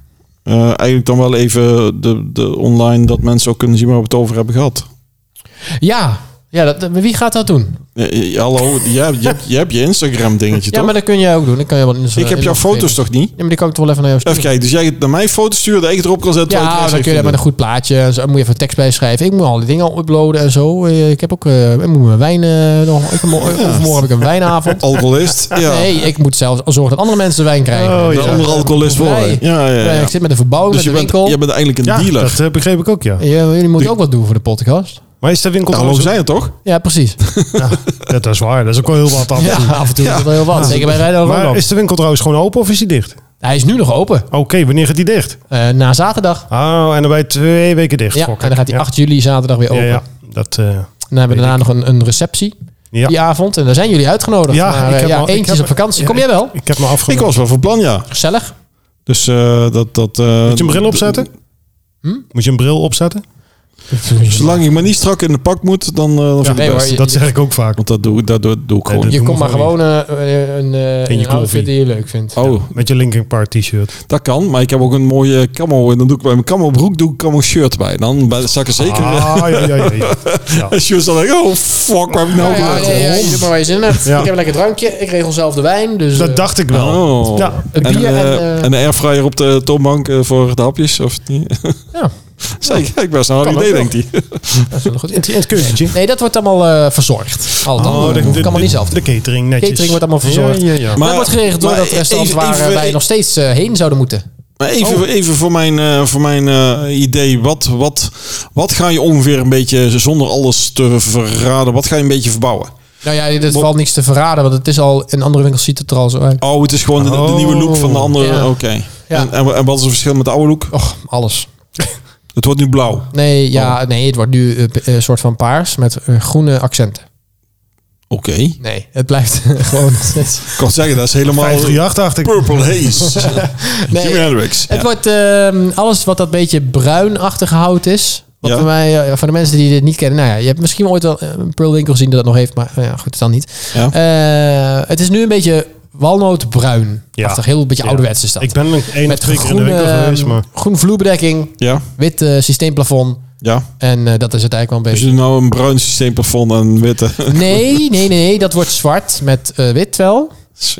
Eh, eigenlijk dan wel even de, de online dat mensen ook kunnen zien waar we het over hebben gehad. Ja, ja dat, maar wie gaat dat doen? Eh, eh, hallo, je, hebt- je, hebt- je hebt je Instagram dingetje Ja, toch? maar dat kun jij ook doen. Dat kan je wel in ik heb jouw foto's toch niet? Ja, maar die kan ik toch wel even naar jou Even sturen. kijken, dus jij naar mijn foto stuurt dat ik het erop kan zetten. Ja, terwijl dan ik kun je het daar met een goed rest plaatje. en Zo, dan moet je even tekst bij schrijven. Ik moet al die dingen al uploaden en zo. Eh, Ik heb ook... eh, ik moet mijn wijn... eh, nog, ik, mo- Overmorgen heb ik een wijnavond. even vind. Alcoholist, ja. Nee, ik moet zelfs zorgen dat andere mensen wijn krijgen. Dus, Oh, de ja. andere alcoholist Of worden. wij. Ja, ja, ja. Eh, Ik zit met een verbouwing, Dus je met een bent, winkel. je bent eigenlijk een Ja, dealer. dat eh, begreep ik ook, ja. Ja, jullie moeten ook wat doen voor de podcast. Maar is de winkel Ja, hallo, trouwens- zijn het toch? Ja, precies. Ja, dat is waar. Dat is ook wel heel wat af. Ja, af en toe is dat wel heel wat. Zeker bij Rijden Maar Roland. is de winkel trouwens gewoon open of is die dicht? Hij is nu nog open. Oké, wanneer gaat die dicht? Eh, na zaterdag. Oh, en dan ben je twee weken dicht. Ja, en gok ik. dan gaat hij Ja. 8 juli zaterdag weer Ja, open. ja. Dat, eh, Dan hebben we Weet daarna nog een, een receptie Ja. die avond. En daar zijn jullie uitgenodigd. Ja, maar, ik eh, heb ja, al- ik eentje is heb- op vakantie. ja, Kom jij wel? Ik heb me Ik afgenomen. was wel van plan, ja. Gezellig. Dus eh, dat... dat eh, Moet je een bril opzetten? Hm? Moet je een bril opzetten? Zolang ik maar niet strak in de pak moet, dan, eh, dan vind ik Nee, het hoor, best. je- Dat zeg ik ook vaak. Want dat doe, ik- dat doe, doe ik gewoon dat- Je doen komt we maar gewoon gewoon eh, eh, een, eh, je een koffie. outfit die je leuk vindt. niet. Oh, Met je Linkin Park t-shirt. dat kan. Maar ik heb ook een mooie camo. En dan doe ik bij mijn camo broek doe ik camo shirt bij. Dan ben- sta ik er zeker... eh, Ah, ja, ja, ja. ja. Ja. Als je dan denkt, oh fuck, wat heb ik nou Ja, ja, gedaan? ja, ja, je doet maar waar je zin in hebt. Ja. Ik heb een lekker drankje. Ik regel zelf de wijn. Dus, eh, Dat dacht ik wel. Oh. Ja. Het en, bier en, eh, eh, en de airfryer op de toonbank eh, voor de hapjes, of niet? Ja. Zeker, ik best een hard Kan ook idee, wel. denkt hij. dat is wel goed. In het keuzetje. Nee, dat wordt allemaal eh, verzorgd. Al dat de- hoef ik de- allemaal niet de- zelf te Oh, De catering netjes. Catering wordt allemaal verzorgd. Ja, ja, ja. Maar, Maar- het wordt geregeld door maar dat restaurant even- waar even- wij nog steeds eh, heen zouden moeten. Maar even, Oh. even voor mijn, eh, voor mijn eh, idee, wat, wat, wat ga je ongeveer een beetje, zonder alles te verraden, wat ga je een beetje verbouwen? Nou ja, dit Wat- valt niks te verraden, want het is al in andere winkels ziet het er al zo uit. Oh, het is gewoon de, de Oh. nieuwe look van de andere, Ja. oké. Ja. En, en, en wat is het verschil met de oude look? Och, alles. Het wordt nu blauw. Nee, ja, nee, het wordt nu eh, p- eh, een soort van paars met eh, groene accenten. Oké. Nee, het blijft gewoon. het Ik kan zeggen, dat is helemaal 538 dacht ik. Purple Haze. Nee. Jimi Hendrix. Ja. wordt ehm, alles wat dat beetje bruinachtig hout is. Wat Ja. voor mij, eh, voor de mensen die dit niet kennen, nou ja, je hebt misschien ooit wel eh, een Pearl winkel gezien die dat nog heeft, maar nou ja, goed, dan niet. Ja. Eh, het is nu een beetje walnootbruin. Ja. Heel een beetje Ja. ouderwets is dat. Ik ben een één of met twee keer in groene, eh, ehm, de winkel geweest, maar... groen vloerbedekking, ja, wit eh, systeemplafond. ja. En eh, dat is het eigenlijk wel een Dus beetje. je doet nou een bruin systeemplafond en witte. Nee, nee, nee, nee, dat wordt zwart met eh, wit wel.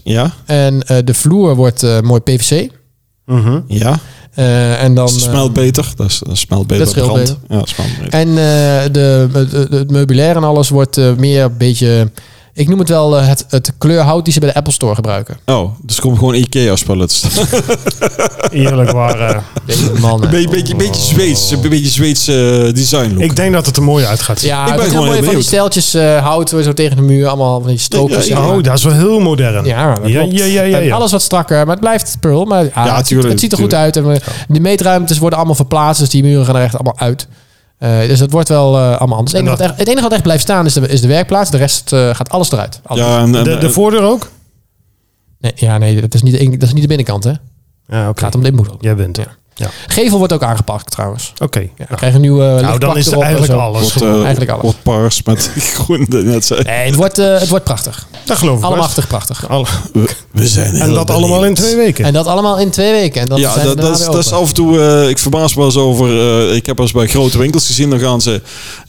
Ja, En eh, de vloer wordt eh, mooi PVC. Mhm. ja. Eh, en dan. Dus het eh, smelt beter. Dat, is, dat smelt beter dat op de scheelt rand. Ja, het smelt beter. en eh, de, de- de- het meubilair en alles wordt eh, meer een beetje. Ik noem het wel eh, het, het kleurhout die ze bij de Apple Store gebruiken. Oh, dus er komt gewoon Ikea-spullen. te staan. Eerlijk waar. eh, Deze mannen. Een beetje, beetje, beetje Zweeds, een beetje Zweeds eh, design look. ik denk dat het er mooi uit gaat zien. Ja, ben ik ben gewoon heel heel mooi van die benieuwd. steltjes eh, hout zo tegen de muur. Allemaal van die strookjes. Ja, Oh, dat is wel heel modern. Ja, dat ja, klopt. ja, ja, ja, En ja. Alles wat strakker, maar het blijft Pearl. Maar ja, het, ziet, tuurlijk, het ziet er goed uit. En we, de meetruimtes worden allemaal verplaatst, dus die muren gaan er echt allemaal uit. Eh, dus dat wordt wel eh, allemaal anders. Het En enige, wat dat- echt, het enige wat echt blijft staan is de, is de werkplaats. De rest eh, gaat alles eruit. Alles. ja, en, en, De, de voordeur ook? Nee, ja, nee, dat is, niet de, in- dat is niet de binnenkant, hè? Het Ja, oké. gaat om de inboedel. Jij bent. Ja. Ja. Gevel wordt ook aangepakt, trouwens. Oké. Ja, we krijgen een nieuwe eh, Nou, lichtplak dan is het erop en eigenlijk zo. alles. wordt, eh, eigenlijk alles. wordt paars met groen. Net zei. Nee, het wordt, eh, het wordt prachtig. Dat geloof ik best. Allemachtig prachtig. Alle- We, we zijn heel En dat allemaal in benieuwd. twee weken. En dat allemaal in twee weken. En dan ja, zijn we dat, dat, daarna is- weer dat is open. af en toe. eh, ik verbaas me eens over. eh, ik heb eens bij grote winkels gezien. Dan gaan ze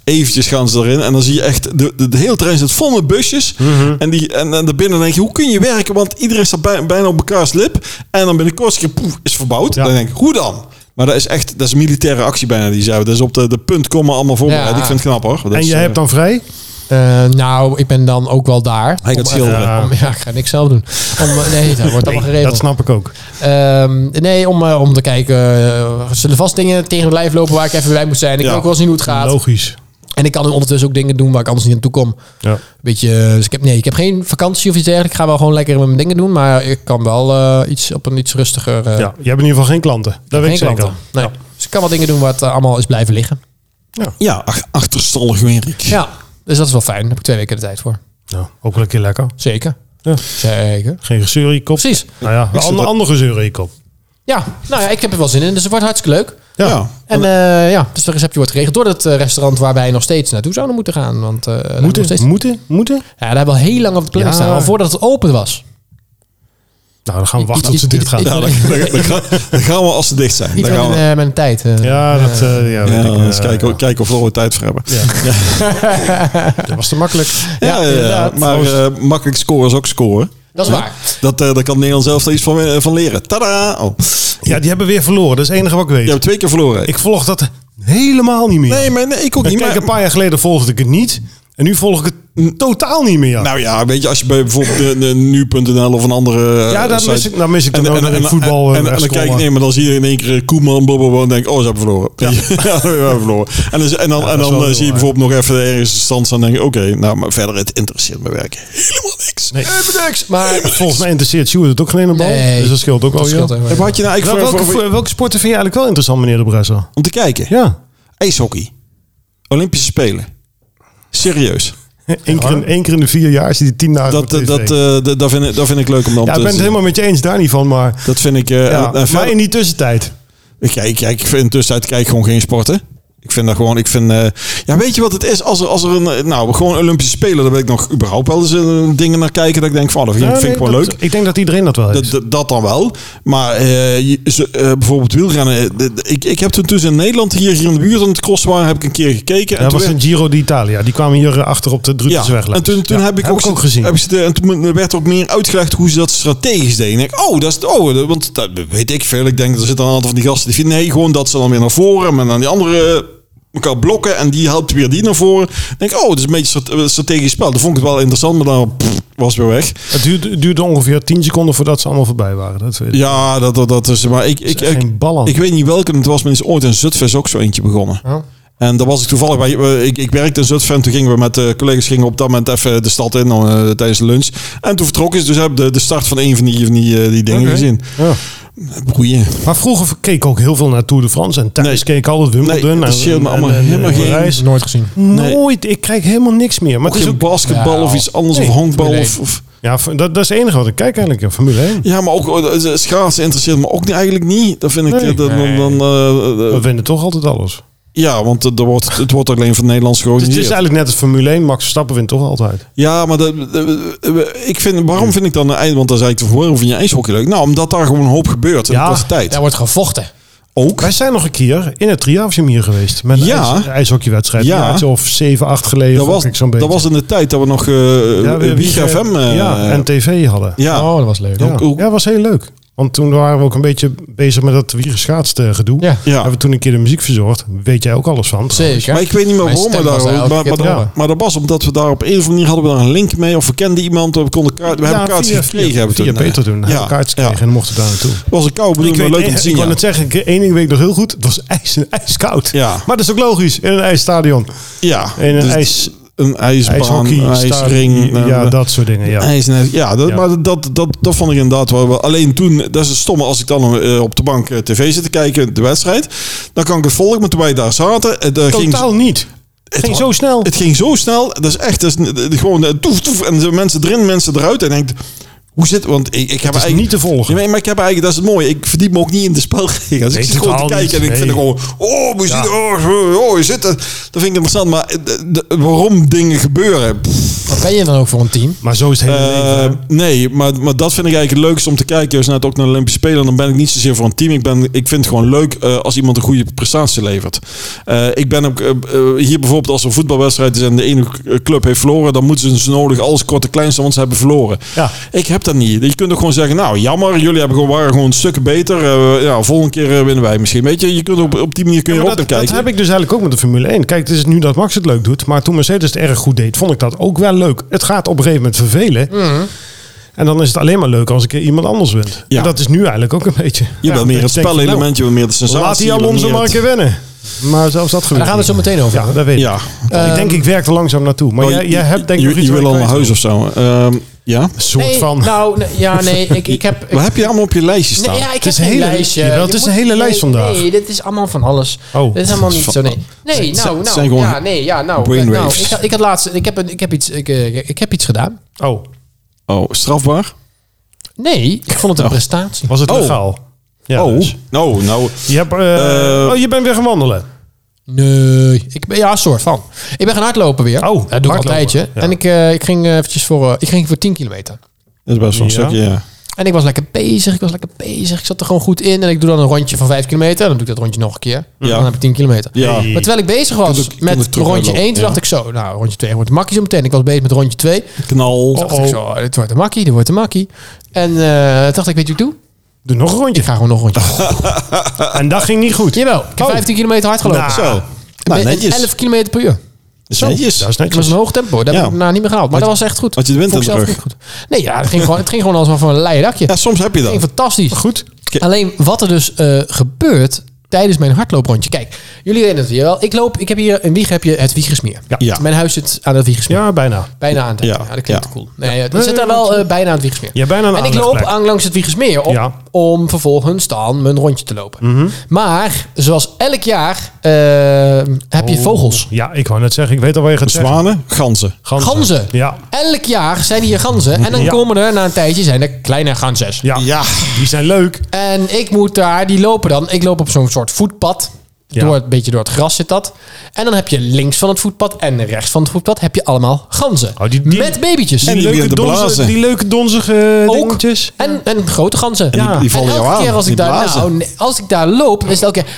eventjes gaan ze erin. En dan zie je echt. De, de, de hele trein zit vol met busjes. Mhm. En, die, en, en daarbinnen denk je: hoe kun je werken? Want iedereen staat bij- bijna op elkaars lip. En dan binnenkort een keer, poef, is verbouwd. Ja. Dan denk ik: hoe dan? Maar dat is echt. Dat is militaire actie bijna die ze hebben. Dat is op de, de punt komen allemaal voorbereid. Ja. Ik vind het knap hoor. Dat En is, jij eh, hebt dan vrij? Eh, nou, ik ben dan ook wel daar. Hij gaat Om- eh, schilderen. Ja. Om- ja, ik ga niks zelf doen. Om, eh, nee, dat wordt allemaal Ah. Nee, dat geregeld. snap ik ook. Ehm, nee, om, eh, om te kijken. eh, er zullen vast dingen tegen het lijf lopen waar ik even bij moet zijn. Ik Ja. kan ook wel zien hoe het gaat. Logisch. En ik kan ondertussen ook dingen doen waar ik anders niet aan toe kom. Ja. Beetje, eh, dus ik heb, nee, ik heb geen vakantie of iets dergelijks. Ik ga wel gewoon lekker mijn dingen doen. Maar ik kan wel eh, iets op een iets rustiger... eh, Ja. Je hebt in ieder geval geen klanten. Dat weet geen ik zeker. klanten. Nee. Dus ik kan wel dingen doen wat eh, allemaal is blijven liggen. Ja, ach- achterstallig werk. Ja, dus dat is wel fijn. Daar heb ik twee weken de tijd voor. Nou, hopelijk een keer lekker. Zeker. Ja. Zeker. Geen gezeur in je kop. Precies. Nou ja, zit ander, er- ander gezeur in je kop. Ja, nou ja, ik heb er wel zin in. Dus het wordt hartstikke leuk. Ja. En eh, ja, dus de receptie wordt geregeld door het eh, restaurant waar wij nog steeds naartoe zouden moeten gaan. Want eh, daar hebben we nog steeds... Moeten, moeten, moeten. Ja, daar hebben we al heel lang op het planning Ja. staan. Al voordat het open was. Nou, dan gaan we wachten Ik- tot ze ik- dicht gaan. ik- Ja, dan, dan- dan gaan- dan gaan we als ze dicht zijn. Iets Dan met gaan een, we. eh, met een tijd. eh. Ja, dat... eh, ja, weet Ja, ik, eh, eens kijken, kijken of we er ooit tijd voor hebben. Ja. Dat was te makkelijk. Ja, ja, ja. inderdaad. maar eh, makkelijk scoren is ook scoren. Dat is waar. Dat, eh daar kan Nederland zelf wel iets van, eh, van leren. Tada! Oh. Ja, die hebben weer verloren. Dat is het enige wat ik weet. Je hebt twee keer verloren. Ik volg dat helemaal niet meer. nee, maar nee, ik ook Ik niet. kijk, Maar, een paar jaar geleden volgde ik het niet. En nu volg ik het totaal niet meer. nou ja, weet je, als je bij bijvoorbeeld de, de nu.nl of een andere. eh, ja, dat mis site- ik, dan mis ik dan ook weer voetbal. En, eh, en, en dan scrollen. kijk ik, nee, maar dan zie je in één keer Koeman, blablabla, en denk ik, oh, ze hebben verloren. Ja, we hebben verloren. En, dan- en dan, Ja, dat en is dan wel heel eh, zie je waar. bijvoorbeeld nog even ergens de stand staan en denk ik, oké, nou, maar verder, het interesseert me werk helemaal niks. Nee. Maar Volgens mij interesseert Sjoerd het ook geen ene bal. Nee. Dus dat scheelt ook wel. Dat ja. scheelt ook wel. Wat had je nou Wel, eigenlijk voor, welke, voor- welke sporten vind je eigenlijk wel interessant, meneer de Bresser? om te kijken? Ja. Ijshockey. Olympische Spelen. Serieus. Eén keer, in, één keer in de vier jaar zit hij tien dagen Dat, op dat, tv. dat, eh, dat, vind ik, dat vind ik leuk om dan ja, ik te ben het zien. helemaal met je eens daar niet van, maar, Dat vind ik... eh, ja, en- en verder- maar in die tussentijd. Ik kijk, kijk, ik vind intussen uit kijk gewoon geen sporten. Ik vind dat gewoon, ik vind, eh, ja, weet je wat het is? Als er, als er een, eh, nou, gewoon Olympische Spelen, daar ben ik nog überhaupt wel eens eh, dingen naar kijken. Dat ik denk van, oh, dat vind, ik- Ja, vind ik nee, wel dat- leuk. Ik denk dat iedereen dat wel heeft. Dat, dat, dat dan wel. Maar eh, je- ze- eh, bijvoorbeeld wielrennen. eh, de- de- ik, ik heb toen tussen in Nederland, hier, hier in de buurt aan het cross waren, heb ik een keer gekeken. En Ja, dat toen was werd- een Giro d'Italia. Die kwamen hier eh, achter op de Drutjesweg. en toen, toen Ja, heb ik ook, ook ze- gezien. Heb ik ze de- en toen werd ook meer uitgelegd hoe ze dat strategisch deden. En ik, oh, dat is het- oh, dat- want dat weet ik veel. Ik denk dat er zitten een aantal van die gasten die vinden nee, gewoon dat ze dan weer naar voren en dan die andere elkaar blokken en die helpt weer die naar voren. Ik denk, oh, het is een beetje strate- eh, strategisch spel. Dat vond ik wel interessant, maar dan pff, was weer weg. Het duurde, duurde ongeveer 10 seconden voordat ze allemaal voorbij waren. Dat weet ik. Ja, dat, dat, dat is. Maar ik, ik, echt ik, geen bal aan. ik weet niet welke het was, maar er is ooit in Zutphen is ook zo eentje begonnen. En daar was ik toevallig bij. eh, Ik, ik werkte in Zutphen. en Toen gingen we met eh, collega's gingen op dat moment even de stad in eh, tijdens de lunch. En toen vertrokken ze. Dus heb ik de, de start van een van die, van die, eh, die dingen Oké. gezien. Ja. Boeien. Maar vroeger keek ik ook heel veel naar Tour de France. En thuis Nee. keek ik altijd Wimbledon. Nee, dat en- scheelt me en- allemaal en- en helemaal geen- Parijs. Nooit gezien. Nee. Nooit. Ik krijg helemaal niks meer. Maar Ook het is geen ook, basketbal Ja, of iets anders. nee, of honkbal. Formule Of, of, ja, v- dat, dat is het enige wat ik kijk eigenlijk. ja, Formule 1. ja, maar ook eh, eh, schaatsen interesseert me ook niet, eigenlijk niet. Dat vind ik... Nee. eh, dat- dan, dan, eh, eh, We winnen toch altijd alles. ja, want eh, er wordt, het wordt alleen van Nederlands Dus het georganiseerd. is eigenlijk net als Formule 1. Max Verstappen wint toch altijd. Ja, maar dat, dat- dat- ik vind, waarom vind ik dan een eind? Want dan zei ik tevoren, vind je ijshockey leuk? Nou, omdat daar gewoon een hoop gebeurt in Ja, de korte tijd. Daar wordt gevochten. ook. Wij zijn nog een keer in het Triavium hier geweest. Met een Ja. ijs- ijshockeywedstrijd. Ja. Ja. Of 7, 8 geleden. Dat was, vond ik zo'n dat beetje. was in de tijd dat we nog eh Ja, we- Wieg Wieg, FM... eh, ja, en tv hadden. ja. Oh, dat was leuk. Ja, Ook- ook- ja was heel leuk. Want toen waren we ook een beetje bezig met dat wiegeschaatste gedoe. Ja. Ja. Hebben we toen een keer de muziek verzorgd. Weet jij ook alles van? Zeker. Maar ik weet niet meer Mijn waarom we stem daar... was daar Maar, elke maar, keer te maar- horen. maar dat was omdat we daar op een of andere manier hadden we daar een link mee. Of we kenden iemand, we, konden kaart, we hebben kaartjes gekregen. hebben we Ja, toen, eh. beter doen. Ja, Hebben kaartjes gekregen ja. en mochten daar naartoe. Het was een koude bedoeling, maar leuk om te zien. ik kan ja. het zeggen, ik- één ding weet ik nog heel goed. Het was ijs, ijskoud. Ja. Maar dat is ook logisch. In een ijsstadion. Ja, In een dus ijs, een ijsbaan, ijshockey. een ijsring. eh, Ja, dat soort dingen. Ja. IJsnet, ja, dat, Ja. maar dat, dat, dat vond ik inderdaad wel. wel- Alleen toen, dat is het stomme, als ik dan eh, op de bank eh, tv zit te kijken, de wedstrijd, dan kan ik het volgen, maar toen wij daar zaten, het, eh, ging, Totaal niet. Het ging zo snel. het ging zo snel, dat is echt, dat is, n- eh, gewoon eh, toef, toef, en de mensen erin, mensen eruit, en ik denk, hoe zit, want ik, ik heb is eigenlijk... niet te volgen. Nee, maar ik heb eigenlijk, dat is het mooie, ik verdiep me ook niet in de spelregels. Nee, ik zit gewoon te totaal kijken en ik niet, vind het nee. gewoon, oh, moet je Ja. zien, oh, oh, oh, je zit, er. dat vind ik interessant, maar eh, de- de- waarom dingen gebeuren, pff, Wat ben je dan ook voor een team? Maar zo is het hele eh, leven. hè. nee, maar, maar dat vind ik eigenlijk het leukste om te kijken. Dus net ook naar de Olympische Spelen. Dan ben ik niet zozeer voor een team. Ik, ben, ik vind het gewoon leuk eh, als iemand een goede prestatie levert. Eh, ik ben ook eh, eh, hier bijvoorbeeld als er een voetbalwedstrijd is en de ene club heeft verloren, dan moeten ze dus nodig alles korte kleinste, want ze hebben verloren. Ja. Ik heb dat niet. Je kunt ook gewoon zeggen, nou jammer, jullie hebben gewoon, waren gewoon stukken beter. Eh, ja, volgende keer eh, winnen wij misschien. Weet je, je kunt op, op die manier kun je Ja, er maar ook dat, naar dat kijken. heb ik dus eigenlijk ook met de Formule 1. Kijk, het is nu dat Max het leuk doet. Maar toen Mercedes het erg goed deed, vond ik dat ook wel leuk. Het gaat op een gegeven moment vervelen. Mhm. En dan is het alleen maar leuk als een keer iemand anders wint. Ja. En dat is nu eigenlijk ook een beetje. Je Ja, bent meer ik het denk van, spelelement, je bent meer de sensatie. nou, Laat je die bent Alonso meer maar een het- keer wennen. Maar zelfs dat gebeurt. Daar gaan we het zo niet. meteen over. Ja, dat weet ik. Ja. Ja, ik denk, ik werk er langzaam naartoe. Maar Oh, jij, je- jij hebt denk ik je, nog iets je wil waar al je naar kwijt huis wil. of zo. Ehm, ja. Een soort van. Nou, nee, ja, nee. Ik, ik heb... Wat heb je allemaal op je lijstje staan? Nee, ja, ik Het is heb een geen hele- lijstje. jawel, Je het is moet- een hele nee, lijst vandaag. Nee, dit is allemaal van alles. Oh. Dit is allemaal niet zo, nee. Nee, Zijn- nou, zijn nou, gewoon ja, nee, ja, nou. eh, nou brainwaves. ik, had- ik had laatst, ik heb, een, ik heb iets, ik, eh, ik heb iets gedaan. Oh, Oh, strafbaar? Nee, ik vond het een Oh. prestatie. was het Oh. legaal? Ja, oh, dus. nou, nou. Je, hebt, eh, Eh, oh, je bent weer gaan wandelen. Nee, ik ben, ja, soort van. Ik ben gaan hardlopen weer. dat doe Oh, ik al een hardlopen. tijdje. Ja. En ik, eh, ik ging eh, eventjes voor, eh, ik ging voor 10 kilometer. Dat is best wel een Ja. stukje, ja. En ik was lekker bezig, ik was lekker bezig. Ik zat er gewoon goed in. En ik doe dan een rondje van 5 kilometer. En dan doe ik dat rondje nog een keer. Ja. Dan heb ik 10 kilometer. Ja. Hey. Maar terwijl ik bezig Kunt was ook- kunt ook met terug rondje uitlopen, 1, toen ja. dacht ik zo, nou, rondje 2 wordt makkie zo meteen. Ik was bezig met rondje 2. Oh, Knal. Dacht ik zo, dit wordt een makkie, dit wordt een makkie. En eh, toen dacht ik, weet je wat ik doe? Doe nog een Ik rondje. ga gewoon nog een rondje. eh, En dat ging niet goed. Jawel, ik heb Oh. 15 kilometer hard gelopen. Nou, Zo. Met- Nou, en netjes. 11 kilometer per uur. Dat is netjes. Dat Het was is netjes. een hoog tempo. Dat Ja. heb ik daarna niet meer gehaald. Maar Had- dat was echt goed. had je de wind Vond ik in de zelf rug? ook goed. Nee, ja, het, ging gewoon, het ging gewoon als van een leien dakje. Ja, soms heb je Het ging dat. fantastisch. Goed. Oké. Alleen wat er dus eh, gebeurt tijdens mijn hardlooprondje. Kijk, jullie weten het hier wel. Ik loop, ik heb hier een wieg, heb je het wiegersmeer. Ja. Ja. Mijn huis zit aan het wiegersmeer. Ja, bijna. Bijna aan het Ja. ja. dat klinkt Ja. cool. Nee, het zit daar wel eh, bijna aan het wiegersmeer. Ja, bijna een En ik aanlegplek. loop aan langs het Wiegersmeer op, Ja. Mhm. om vervolgens dan mijn rondje te lopen. Maar zoals elk jaar eh, heb Oh, je vogels. Ja, ik wou net zeggen, ik weet al waar je gaat zeggen. Zwanen, ganzen. Ganzen. Ganzen. Ja. Elk jaar zijn hier ganzen. En dan Ja. komen er na een tijdje zijn er kleine ganzes. ja. Ja. Die zijn leuk. En ik moet daar, die lopen dan. Ik loop op zo'n soort voetpad. Ja. Door, een beetje door het gras zit dat. En dan heb je links van het voetpad en rechts van het voetpad heb je allemaal ganzen. Oh, die- die- met babytjes. Die En die leuke, willen te donzige, blazen. die leuke donzige eh, Ook. dingetjes. En, en grote ganzen. die- die vallen en elke jou aan, keer als ik, die daar, blazen. nou, nee, als ik daar loop, is het elke keer...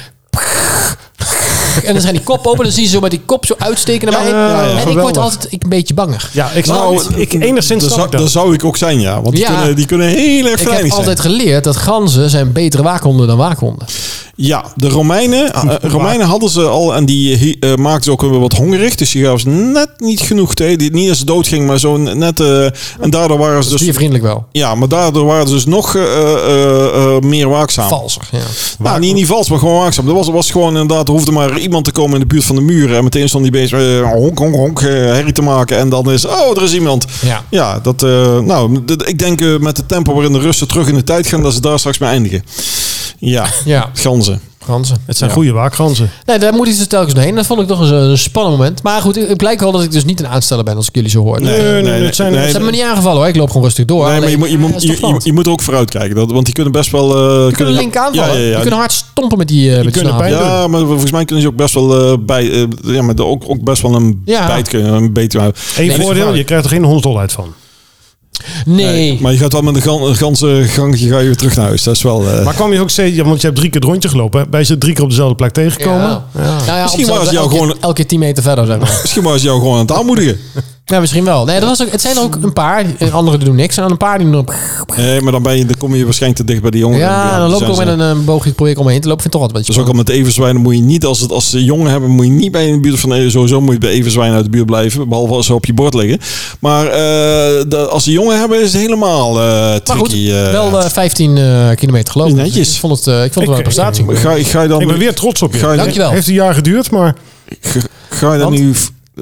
En dan zijn die kop open, dan zie je zo met die kop zo uitsteken naar mij. Ja, ja, ja, en ik word geweldig. altijd ik, een beetje banger. Ja, ik, nou, ik enigszins daar snap ik zou, dat. daar zou ik ook zijn, ja. Want die, Ja. kunnen, die kunnen heel erg ik heb vrijnig zijn. altijd geleerd dat ganzen zijn betere waakhonden dan waakhonden. Ja, de Ah, Romeinen, eh, Romeinen hadden ze al en die hi- eh, maakten ze ook weer wat hongerig. Dus die gaven ze net niet genoeg thee. Die, niet als ze dood ging, maar zo net... eh, en daardoor waren ze dus... Diervriendelijk wel. Ja, maar daardoor waren ze dus nog eh, eh, eh, meer waakzaam. Valser. Ja. Nou, niet, niet vals, maar gewoon waakzaam. Er was, was gewoon inderdaad, er hoefde maar iemand te komen in de buurt van de muren. En meteen stond die bezig eh, honk, honk, honk, eh, herrie te maken. En dan is, oh, er is iemand. Ja. Ja, dat, eh, nou, dit- ik denk eh, met de tempo waarin de Russen terug in de tijd gaan, dat ze daar straks mee eindigen. Ja, ja, ganzen. ganzen. Het zijn Ja. goede waakganzen. Nee, daar moet ik dus telkens doorheen. Dat vond ik toch eens een spannend moment. Maar goed, het blijkt wel dat ik dus niet een aansteller ben als ik jullie zo hoor. Nee, nee, nee, het zijn- Ze hebben me niet aangevallen hoor. Ik loop gewoon rustig door. Nee, maar Alleen, je moet, je, eh, moet, is toch je, je, spannend. je moet er ook vooruit kijken. Dat, want die kunnen best wel... eh, Die kunnen link aanvallen. Ja, ja, ja. Die kunnen hard stompen met die, eh met die kunnen snavel. pijn Ja, maar volgens mij kunnen ze ook best wel eh, bij, eh, ja, maar de- ook, ook best wel een Ja. bijt kunnen, een beet kunnen. Eén Nee, voordeel, dat- je krijgt er geen hondsdolheid van. Nee. Maar je gaat wel met de gan, ganse gangje ga je weer terug naar huis. Dat is wel. eh, Maar kwam je ook steeds, ja, want je hebt drie keer het rondje gelopen. hè? Ben je ze drie keer op dezelfde plek tegengekomen? Ja. Nou ja, Misschien op- waren ze jou elke- gewoon- Elke 10 meter verder, zeg maar. misschien was je jou gewoon aan het aanmoedigen. ja, misschien wel. Nee, dat was ook, het zijn er ook een paar. die- Anderen doen niks. En dan een paar die doen... Nee, maar dan, ben je, dan kom je waarschijnlijk te dicht bij die jongeren. Ja, dan die loop ik zijn ook met ze- een, een eh, boogje project omheen te lopen. Vind ik toch altijd een Dus ook beetje al met everzwijnen moet je niet, als, het, als ze jongen hebben, moet je niet bij in de buurt van eh, sowieso moet je bij everzwijnen uit de buurt blijven, behalve als ze op je bord liggen. Maar eh, de- als ze jongen hebben, is het helemaal eh Maar goed, tricky. eh. wel eh, 15 eh, kilometer gelopen. Netjes. Dus ik vond het, eh, ik vond het wel een Ik- prestatie. ga, ga je dan, Ik ben weer trots op je. Ga je, Dankjewel. Heeft een jaar geduurd, maar Ga je dan Want- nu...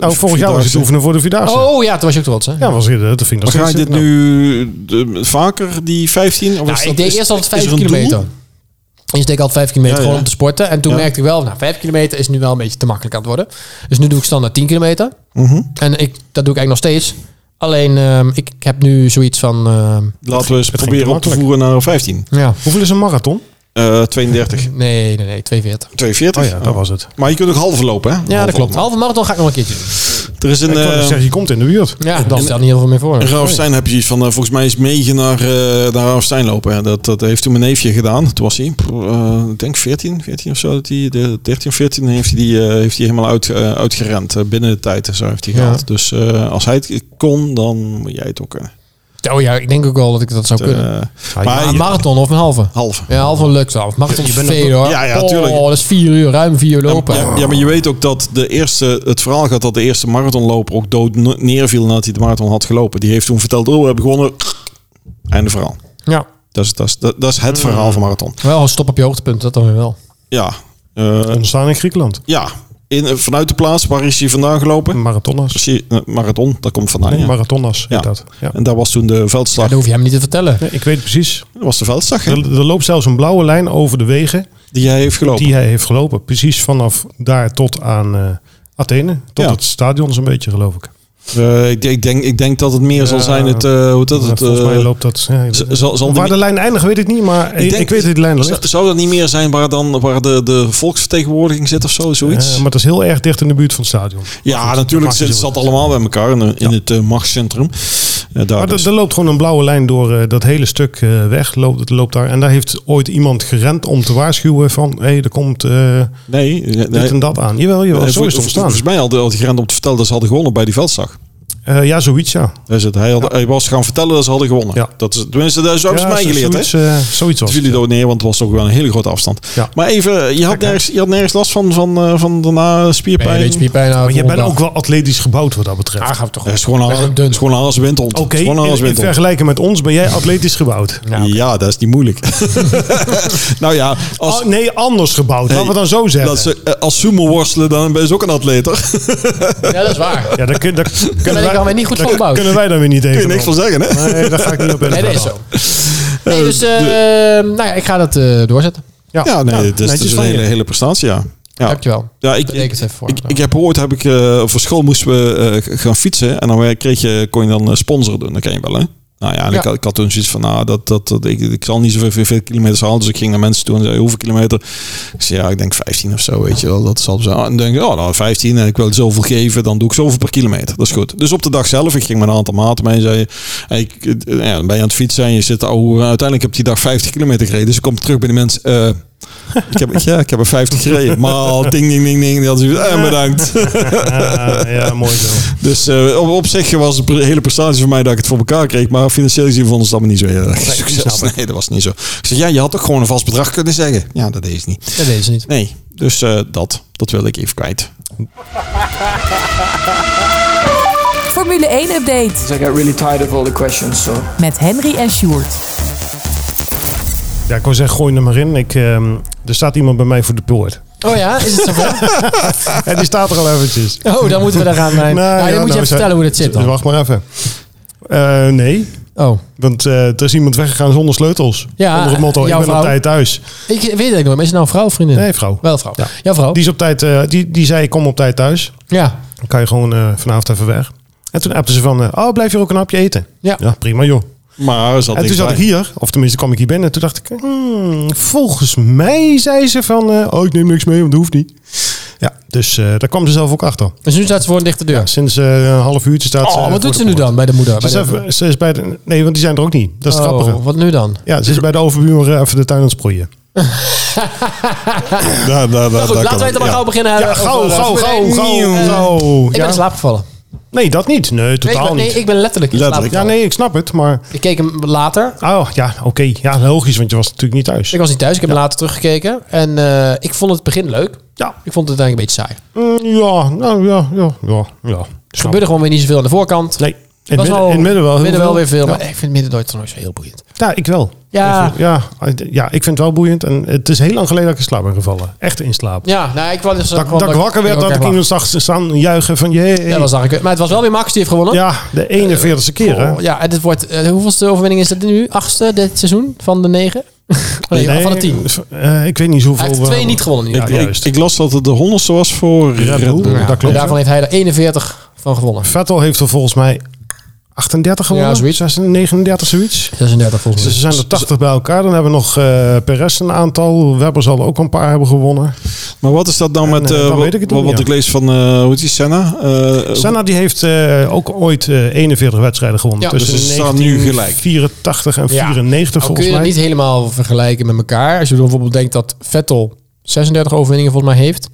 oh, vorig jaar was het oefenen voor de Vierdaagse. Oh ja, toen was je ook trots, hè? Ja, was, hier- eh, dat vind ik nog Maar ga je steeds- dit nou, nu de- vaker, die 15? Of is Nou, dat- ik deed is- eerst altijd is er 5 een doel? kilometer. Eerst deed ik altijd 5 kilometer Ja, gewoon ja. om te sporten. En toen Ja. merkte ik wel, nou, 5 kilometer is nu wel een beetje te makkelijk aan het worden. Dus nu doe ik standaard 10 kilometer. Mhm. En ik, dat doe ik eigenlijk nog steeds. Alleen, ehm, ik heb nu zoiets van... ehm, Laten we eens ging proberen te op te makkelijk. voeren naar 15. ja, Hoeveel is een marathon? Eh 32. nee, nee, nee, 42. 42? Oh ja, dat was het. Maar je kunt ook halve lopen, hè? Ja, dat Halve klopt. lopen. Halve marathon ga ik nog een keertje doen. Er is een... ik dus wou net eh, zeggen, je komt in de buurt. Ja, dat stelt niet heel veel meer voor. In Ravenstein heb je iets van, eh, volgens mij is Meegen naar, eh naar Ravenstein lopen. hè. Dat, dat heeft toen mijn neefje gedaan. Toen was hij, eh, ik denk 14, 14 of zo. Dat hij, de 13, 14 heeft hij, die, eh, heeft hij helemaal uit, eh, uitgerend. eh, binnen de tijd en zo heeft hij Ja. gehaald. Dus eh, als hij het kon, dan moet jij het ook kunnen. Oh ja, ik denk ook wel dat ik dat zou kunnen. Eh, Ja, maar Maar je- een marathon of een halve? halve. Ja, halve lukt wel. Marathon is Je bent ook- veel hoor. Ja, ja, oh, tuurlijk. dat is 4 uur, ruim 4 uur lopen. Ja, ja, maar je weet ook dat de eerste, het verhaal gaat dat de eerste marathonloper ook dood ne- neerviel nadat hij de marathon had gelopen. Die heeft toen verteld, oh, we hebben gewonnen. Einde verhaal. Ja. Dat is, dat is, dat is het verhaal van marathon. Wel, stop op je hoogtepunt, dat dan weer wel. Ja. eh, Ontstaan in Griekenland. Ja, in, eh, vanuit de plaats waar is hij vandaan gelopen? Marathonnas. Is hij- eh, Marathon, dat komt vandaan. Nee, Ah, ja. marathonnas heet Ja. dat. Ja. En daar was toen de veldslag. Ja, dat hoef je hem niet te vertellen. Nee, ik weet precies. Dat was de veldslag hè, Er, er loopt zelfs een blauwe lijn over de wegen die hij heeft gelopen. die hij heeft gelopen. Precies vanaf daar tot aan eh, Athene. Tot Ja. het stadion zo'n beetje, geloof ik. Eh, ik, ik, denk, ik denk dat het meer zal Ja. zijn. Het, eh, hoe dat, Maar het, Volgens mij eh, loopt dat... ja, ik- z- zal, zal waar de- de lijn eindigt weet ik niet, maar ik, denk- ik weet dat die lijn er ligt. z- zou dat niet meer zijn waar, dan, waar de, de volksvertegenwoordiging zit of zo? Eh, Zoiets? maar het is heel erg dicht in de buurt van het stadion. ja, goed, dat natuurlijk. mag je Het zo zat doen. allemaal bij elkaar in, in het eh, machtscentrum. Eh, daar Maar er, dus. er loopt gewoon een blauwe lijn door eh, dat hele stuk eh, weg. Loopt, het loopt daar. En daar heeft ooit iemand gerend om te waarschuwen van... hé, hey, er komt eh, nee, eh, nee. dit en dat aan. Jawel, jawel, Eh, zo vol- is het vol- ontstaan. Volgens mij hadden had gerend om te vertellen dat ze hadden gewonnen bij die veldslag. Eh, ja, zoiets, ja. Dat is het. Hij, had, hij was gaan vertellen dat ze hadden gewonnen. Ja. Dat is, tenminste, dat is ook ja, mij geleerd. hè? Zoiets, eh, zoiets was Het het, viel ja. dood neer, want het was toch wel een hele grote afstand. Ja. Maar even, je had, nergens, je had nergens last van, van, eh, van daarna eh, Ben je een spierpijn. beetje spierpijn Maar aan je volgende bent dag? ook wel atletisch gebouwd wat dat betreft. Ah, gaan we toch Dat is gewoon Ik ben een, ook dun. is gewoon een als windhond. Het Oké, is gewoon een in, als in windhond. vergelijking met ons ben jij atletisch gebouwd. Ah, Ja, dat is niet moeilijk. nou ja, als, Oh, nee, anders gebouwd. Laten we dan zo zeggen. dat ze, eh, als sumo worstelen, dan ben je dus ook een atleet, toch? Daar Ja, dat is waar. ja, daar, kun, daar kunnen, ik wij, dan weer niet goed daar voor gebouwd. kunnen wij dan weer niet kun je tegen. niks van zeggen, hè? Nee, daar ga ik niet op in. Nee, dat is zo. Nee, dus eh, nou ja, ik ga dat eh, doorzetten. Ja, nee, het is, het netjes is een van je. hele, hele prestatie, ja. ja. Dankjewel. Ja, ik, Bedenk ik, het even voor. ik, ik heb ooit, heb ik, eh, voor school moesten we eh, gaan fietsen. En dan eh, kreeg je, kon je dan eh, sponsor doen. Dat ken je wel, hè? Nou ja, en Ik, Ja. had, ik had toen zoiets van, nou, dat, dat, dat, ik, ik zal niet zoveel veel kilometers halen. Dus ik ging naar mensen toe en zei, hoeveel kilometer? Ik zei, ja, ik denk 15 of zo, weet je wel. Dat zal zo. En dan denk ik, oh, nou, 15 en ik wil zoveel geven, dan doe ik zoveel per kilometer. Dat is goed. Dus op de dag zelf, ik ging met een aantal maten mee en zei, hey, ik, eh, ja, dan ben je aan het fietsen en je zit, oh, uiteindelijk heb ik die dag 50 kilometer gereden. Dus ik kom terug bij de mensen, eh, ik heb, ja, ik heb er 50 gereden. Maar al ding, ding, ding, ding. Dat is, eh, bedankt. Ja, ja, mooi zo. Dus eh, op, op zich was het een hele prestatie voor mij dat ik het voor elkaar kreeg. Maar financieel gezien vonden ze dat me niet zo heel erg succes. snap Nee, dat was niet zo. Ik zei, ja, je had ook gewoon een vast bedrag kunnen zeggen. Ja, dat deed ze niet. Ja, deze niet. Nee, dus eh, dat. Dat wilde ik even kwijt. Formule 1 update 'Cause I got really tired of all the questions, so. met Henry en Sjoerd. Ja, ik wou zeggen, gooi hem er maar in. Ik, ehm, er staat iemand bij mij voor de poort. Oh ja, is het zover? En die staat er al eventjes. Oh, dan moeten we daar gaan. Nee, Nou, ja, ja, dan moet je nou, even we- vertellen hoe dat zit Dus dan. wacht maar even. Eh, nee, Oh, want eh, er is iemand weggegaan zonder sleutels. Ja, Onder het motto, ik jouw ben op vrouw. Oh. tijd thuis. ik weet het eigenlijk nog. Maar is het nou een vrouw of vriendin? Nee, vrouw. Wel vrouw. Ja, Ja. vrouw. Die, is op tijd, eh, die, die zei, ik kom op tijd thuis. Ja. Dan kan je gewoon eh, vanavond even weg. En toen appte ze van, eh, oh, blijf je ook een hapje eten? Ja. Ja, prima joh. Maar er en zat toen niks zat ik bij. hier, of tenminste kwam ik hier binnen. En toen dacht ik, hmm, volgens mij zei ze van, eh, oh, ik neem niks mee, want dat hoeft niet. Ja, dus eh, daar kwam ze zelf ook achter. Dus nu staat ze voor een dichte deur. Sinds eh, een half uurtje staat ze... Oh, eh, wat doet voor ze de nu poort. dan bij de moeder? Bij Ze de- is, even- ze is bij de, nee, want die zijn er ook niet. Dat is het grappige. Oh, wat nu dan? Ja, ze is bij de overburen even de tuin aan het sproeien. Daar, daar, daar, Goed, daar laten kan we het dan maar ja. gauw beginnen. Ja, eh, gauw, over, eh, gauw, Formule gauw, 1. gauw, Eh, gauw. Ik ben Ja. in slaap gevallen. Nee, dat niet. Nee, Nee, ik totaal ben, nee, niet. ik ben letterlijk in slaap Letterlijk. Ja, gevallen. nee, ik snap het, maar... Ik keek hem later. Oh, ja, oké. Ja, logisch, want je was natuurlijk niet thuis. Ik was niet thuis. Ik heb hem later teruggekeken. En eh, ik vond het begin leuk. Ja, Ik vond het uiteindelijk een beetje saai. Mm, ja, nou, ja, ja, ja, ja. Er gebeurde gewoon weer niet zoveel aan de voorkant. Nee, in Het Dus het was midden, wel, in het midden wel. heel midden wel weer veel. Ja. Maar ik vind het midden nooit zo heel boeiend. Ja, ik wel. Ja. ja, ja, ik vind het wel boeiend. En het is heel lang geleden dat ik in slaap ben gevallen. Echt in slaap. Ja, nou, ik was dus dat, dat ik wakker werd, dat ik iemand zag staan juichen van... Jee. Ja, dat was eigenlijk. Maar het was wel weer Max die heeft gewonnen. Ja, de 41ste keer, hè? Oh, ja, en dit wordt. eh, hoeveelste overwinning is dit nu? Achtste dit seizoen van de negen? nee, van de tien. eh, ik weet niet hoeveel... Hij heeft eh, twee niet gewonnen. in ieder Ja, Ik- juist. Ik las dat het de honderdste was voor Red Red Bull. Ja, Bull. geval. dat En klopt. daarvan heeft hij er 41 van gewonnen. Vettel heeft er volgens mij 38 gewonnen. Ja, zoiets. 36, 39, zoiets. 36 volgens Ze mij. zijn er 80 bij elkaar. Dan hebben we nog eh Perez een aantal. Webber zal ook een paar hebben gewonnen. Maar wat is dat nou met... En, eh, eh, dan wat weet ik het wat, niet, wat ja. ik lees van, eh, hoe is die, Senna? Eh, Senna die heeft eh, ook ooit eh, 41 wedstrijden gewonnen. Ja, tussen dus ze staan nu 84 en Ja. 94 Nou, kun volgens je dat mij. niet helemaal vergelijken met elkaar. Als je bijvoorbeeld denkt dat Vettel 36 overwinningen volgens mij heeft.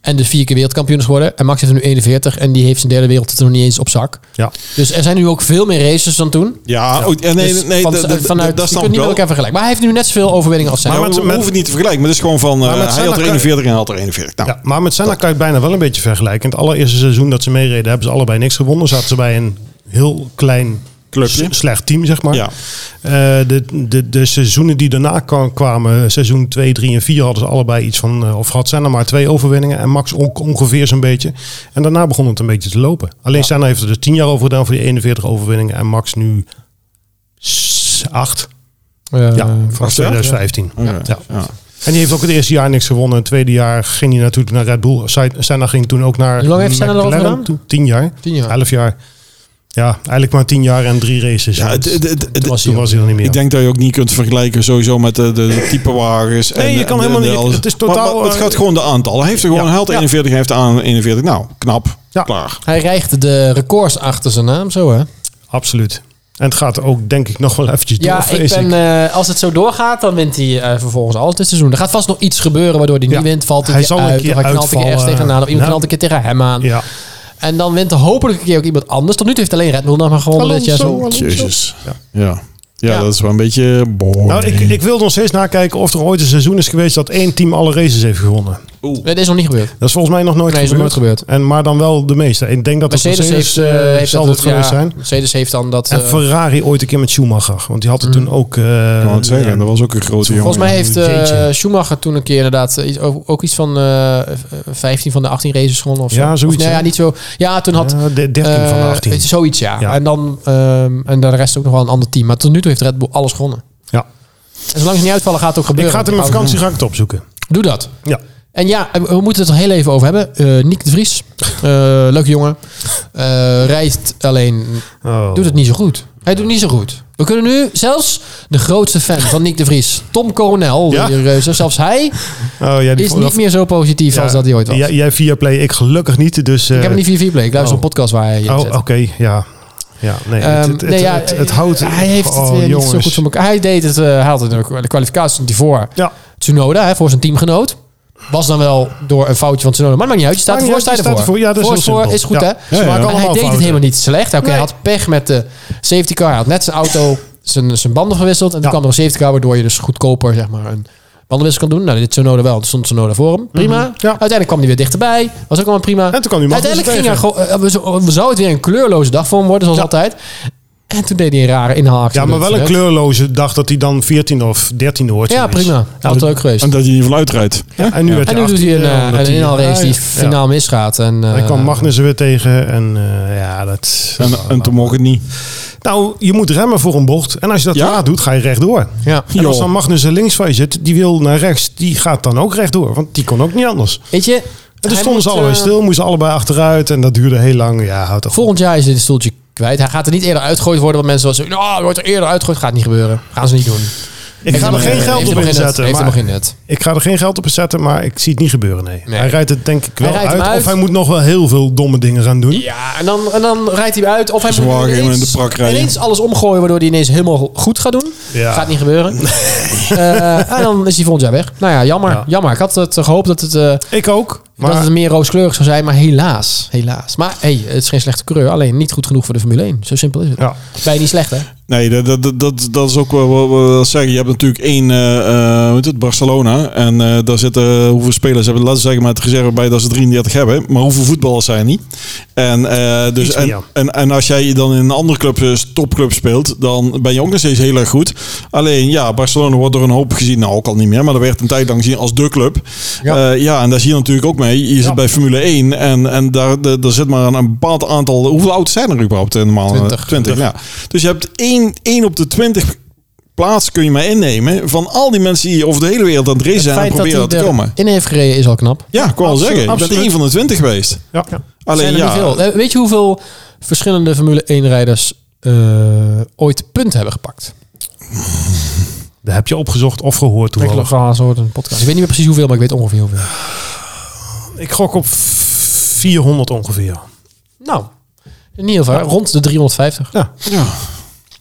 En dus vier keer wereldkampioen is geworden. En Max heeft er nu 41. En die heeft zijn derde wereldtitel nog niet eens op zak. Ja. Dus er zijn nu ook veel meer races dan toen. Ja, oh, ja, nee, Dus nee, van- dat- dat- vanuit, dat je kunt snap ik niet met wel. elkaar vergelijken. Maar hij heeft nu net zoveel overwinningen als zij. Maar Maar met- we met- hoeven het niet te vergelijken. Maar het is gewoon van... eh, Maar met hij Senna had er kan- 41 en hij had er 41. Nou, Ja, maar met Senna kan je het bijna wel een beetje vergelijken. In het allereerste seizoen dat ze meereden hebben ze allebei niks gewonnen. Zaten ze bij een heel klein Clubje. s- slecht team, zeg maar. Ja. Eh, de, de, de seizoenen die daarna kwa- kwamen, seizoen 2, 3 en 4, hadden ze allebei iets van, eh, of had Senna maar twee overwinningen en Max ook ongeveer zo'n beetje. En daarna begon het een beetje te lopen. Alleen Senna heeft er dus 10 jaar over gedaan voor die 41 overwinningen en Max nu 8. Eh, Ja, vanaf acht jaar? 2015. Oké, Ja. ja. En die heeft ook het eerste jaar niks gewonnen. Het tweede jaar ging hij natuurlijk naar Red Bull. Sen- Senna ging toen ook naar Hoe lang heeft Senna erover McLaren gedaan? toe. Tien jaar. Tien jaar. Elf jaar. Ja, eigenlijk maar tien jaar en drie races. Ja, het- Want het- het- het- toen was hij er niet meer. Ik denk dat je ook niet kunt vergelijken sowieso met de, de type wagens. Nee, je kan helemaal niet- alles. het is Maar- totaal, maar het eh, gaat gewoon de aantallen. Hij heeft er gewoon, Ja. hij had Ja. 41, hij heeft aan 41. Nou, knap. Ja. Klaar. Hij rijgt de records achter zijn naam zo hè. Absoluut. En het gaat ook denk ik nog wel eventjes door, Ja, ik vrees ben, ik. eh, als het zo doorgaat, dan wint hij eh, vervolgens alles dit seizoen. Er gaat vast nog iets gebeuren waardoor hij niet Ja. wint. Valt hij, Hij keer zal een uit, keer of hij knalt een keer uitvallen. ergens tegenaan. Of iemand Nou. knalt een keer tegen hem aan. Ja, En dan wint er hopelijk een keer ook iemand anders. Tot nu toe heeft alleen Red Bull nog maar gewonnen dit jaar. Alonso, Zo. Alonso. Jezus. Ja. Ja. Ja. Ja. dat is wel een beetje... boring. Nou, ik, ik wil nog steeds nakijken of er ooit een seizoen is geweest dat één team alle races heeft gewonnen. Het is nog niet gebeurd. Dat is volgens mij nog nooit Nee, is nog gebeurd. nooit gebeurd. En, maar dan wel de meeste. Ik denk dat dat Mercedes, heeft, eh, eh, heeft zal dat- het geweest ja, zijn. Mercedes heeft dan dat. En eh, Ferrari ooit een keer met Schumacher. Want die had het toen ook... eh, Ik wou het zeggen, dat was ook een grote jongen. Volgens mij heeft eh, Jeetje. Schumacher toen een keer inderdaad eh, iets- ook, ook iets van eh, v- eh, 15 van de 18 races gewonnen of zo. Ja, Of, zoiets, nou ja, hè? niet zo. Ja, toen had Ja, de 13 van de eh, 18. het- Zoiets, ja. Ja. En dan ehm, en de rest ook nog wel een ander team. Maar tot nu toe heeft Red Bull alles gewonnen. Ja. En zolang ze niet uitvallen, gaat het ook Ik gebeuren. ga het in mijn vakantie ga ik het opzoeken. Doe dat. Ja. En ja, we moeten het er heel even over hebben. Eh Nick de Vries, eh, leuke jongen, eh, rijdt alleen, Oh. doet het niet zo goed. Hij doet het niet zo goed. We kunnen nu zelfs de grootste fan van Nick de Vries, Tom Coronel, Ja? de reuze, zelfs hij Oh, ja, die is vond- niet meer zo positief ja, als dat hij ooit was. Jij, jij via Play, ik gelukkig niet. Dus, eh, ik heb hem niet 4 play. Ik luister oh. een podcast waar hij in Oh, zit. oké, ja. Ja, nee, het, Ehm, het, nee, het, ja, eh, het, het houdt... Hij heeft het oh, weer niet zo jongens. goed voor elkaar. Hij deed het, eh, hij had het in de kwalificatie stond hij voor Ja, Tsunoda, hè, voor zijn teamgenoot. Was dan wel door een foutje van Tsunoda. Maar het maakt niet uit, je staat Maakt ervoor, niet sta uit, je ervoor. je staat ervoor. Ja, dat is voor, heel voor simpel. is goed, Ja. hè? Ja, ja, Maar ja. hij Allemaal deed het fouten. helemaal niet slecht. Oké, Hij Nee. had pech met de safety car. Hij had net zijn auto, zijn, zijn banden gewisseld. En Ja. toen kwam er een safety car, waardoor je dus goedkoper zeg maar, een bandenwissel kan doen. Nou, dit Tsunoda wel. Toen stond Tsunoda voor hem. Prima. Mhm. Ja. Uiteindelijk kwam hij weer dichterbij. Was ook allemaal prima. En toen kwam die Magnussen Uiteindelijk ging hij tegen. gewoon... eh, we zo- we zou het weer een kleurloze dag voor hem worden, zoals Ja. altijd. En toen deed hij een rare inhaalactie. ja maar met wel een het- kleurloze dag dat hij dan 14 of 13 hoort. Ja, prima. Dat had er ook geweest. En dat hij niet vanuit rijdt. En nu, werd En nu doet 18e, hij een, eh, omdat een hij- inhaalrace die Ja, ja. finaal misgaat. En, eh, Hij kwam Magnussen weer tegen en eh, ja, dat... En, en toen mocht het niet. Nou, je moet remmen voor een bocht. En als je dat Ja? laat doet, ga je rechtdoor. Ja. En als Joh. dan Magnussen links van je zit, die wil naar rechts. Die gaat dan ook rechtdoor, want die kon ook niet anders. Weet je... En toen hij stonden ze moet, allebei eh, stil, moesten allebei achteruit. En dat duurde heel lang. Ja, houd toch op. Volgend jaar is dit stoeltje kwijt. Hij gaat er niet eerder uitgooid worden. Want mensen zoals, nou, hij wordt er eerder uitgooid. Gaat niet gebeuren. Gaan ze niet doen. eh, Ik ga er geen geld op inzetten. Heeft maar- helemaal geen nut. Ik ga er geen geld op zetten, maar ik zie het niet gebeuren. Nee. Nee. Hij rijdt het denk ik Hij wel rijdt uit, hem uit. Of hij moet nog wel heel veel domme dingen gaan doen. Ja, en dan, en dan rijdt hij uit. Of hij Zwaar moet in ineens, de prak rijden. ineens alles omgooien. Waardoor hij ineens helemaal goed gaat doen. Ja. Gaat niet gebeuren. Eh, en dan is hij volgend jaar weg. Nou ja, jammer. Ja. jammer. Ik had het eh, gehoopt dat het, eh, Ik ook. Maar dat het meer rooskleurig zou zijn. Maar helaas. helaas. Maar hey, het is geen slechte coureur. Alleen niet goed genoeg voor de Formule 1. Zo simpel is het. ja. Ben je niet slecht, hè? Nee, dat, dat- dat, dat, dat is ook wel wat we wel zeggen. Je hebt natuurlijk één, eh, eh, hoe heet het, Barcelona. En eh, daar zitten, hoeveel spelers hebben, laten we zeggen met reserve bij dat ze 33 hebben. Maar hoeveel voetballers zijn er niet? En, eh, dus, Iets en, meer. en, en als jij dan in een andere club, eh, topclub speelt, dan ben je ook nog steeds heel erg goed. Alleen, ja, Barcelona wordt door een hoop gezien. Nou, ook al niet meer, maar dat werd een tijd lang gezien als de club. Ja, ja en daar zie je natuurlijk ook mee. Je zit bij Formule 1 en, en daar, daar daar zit maar een, een bepaald aantal... Hoeveel oud zijn er überhaupt? eh, Normaal, 20. 20, ja. Dus je hebt één, één op de 20 plaats kun je maar innemen van al die mensen die over de hele wereld aan het racen zijn en proberen dat te komen. in heeft gereden is al knap. Ja, ik wou al Absoluut, zeggen. Je bent absoluut. één van de 20 geweest. Ja. Alleen Zijn er ja, niet veel. Eh, Weet je hoeveel verschillende Formule 1-rijders ooit punt hebben gepakt? Dat heb je opgezocht of gehoord toen. al. van soort een podcast. Ik weet niet meer precies hoeveel, maar ik weet ongeveer hoeveel. Ik gok op 400 ongeveer. Nou, niet heel ver. Rond de 350. Ja. Ja.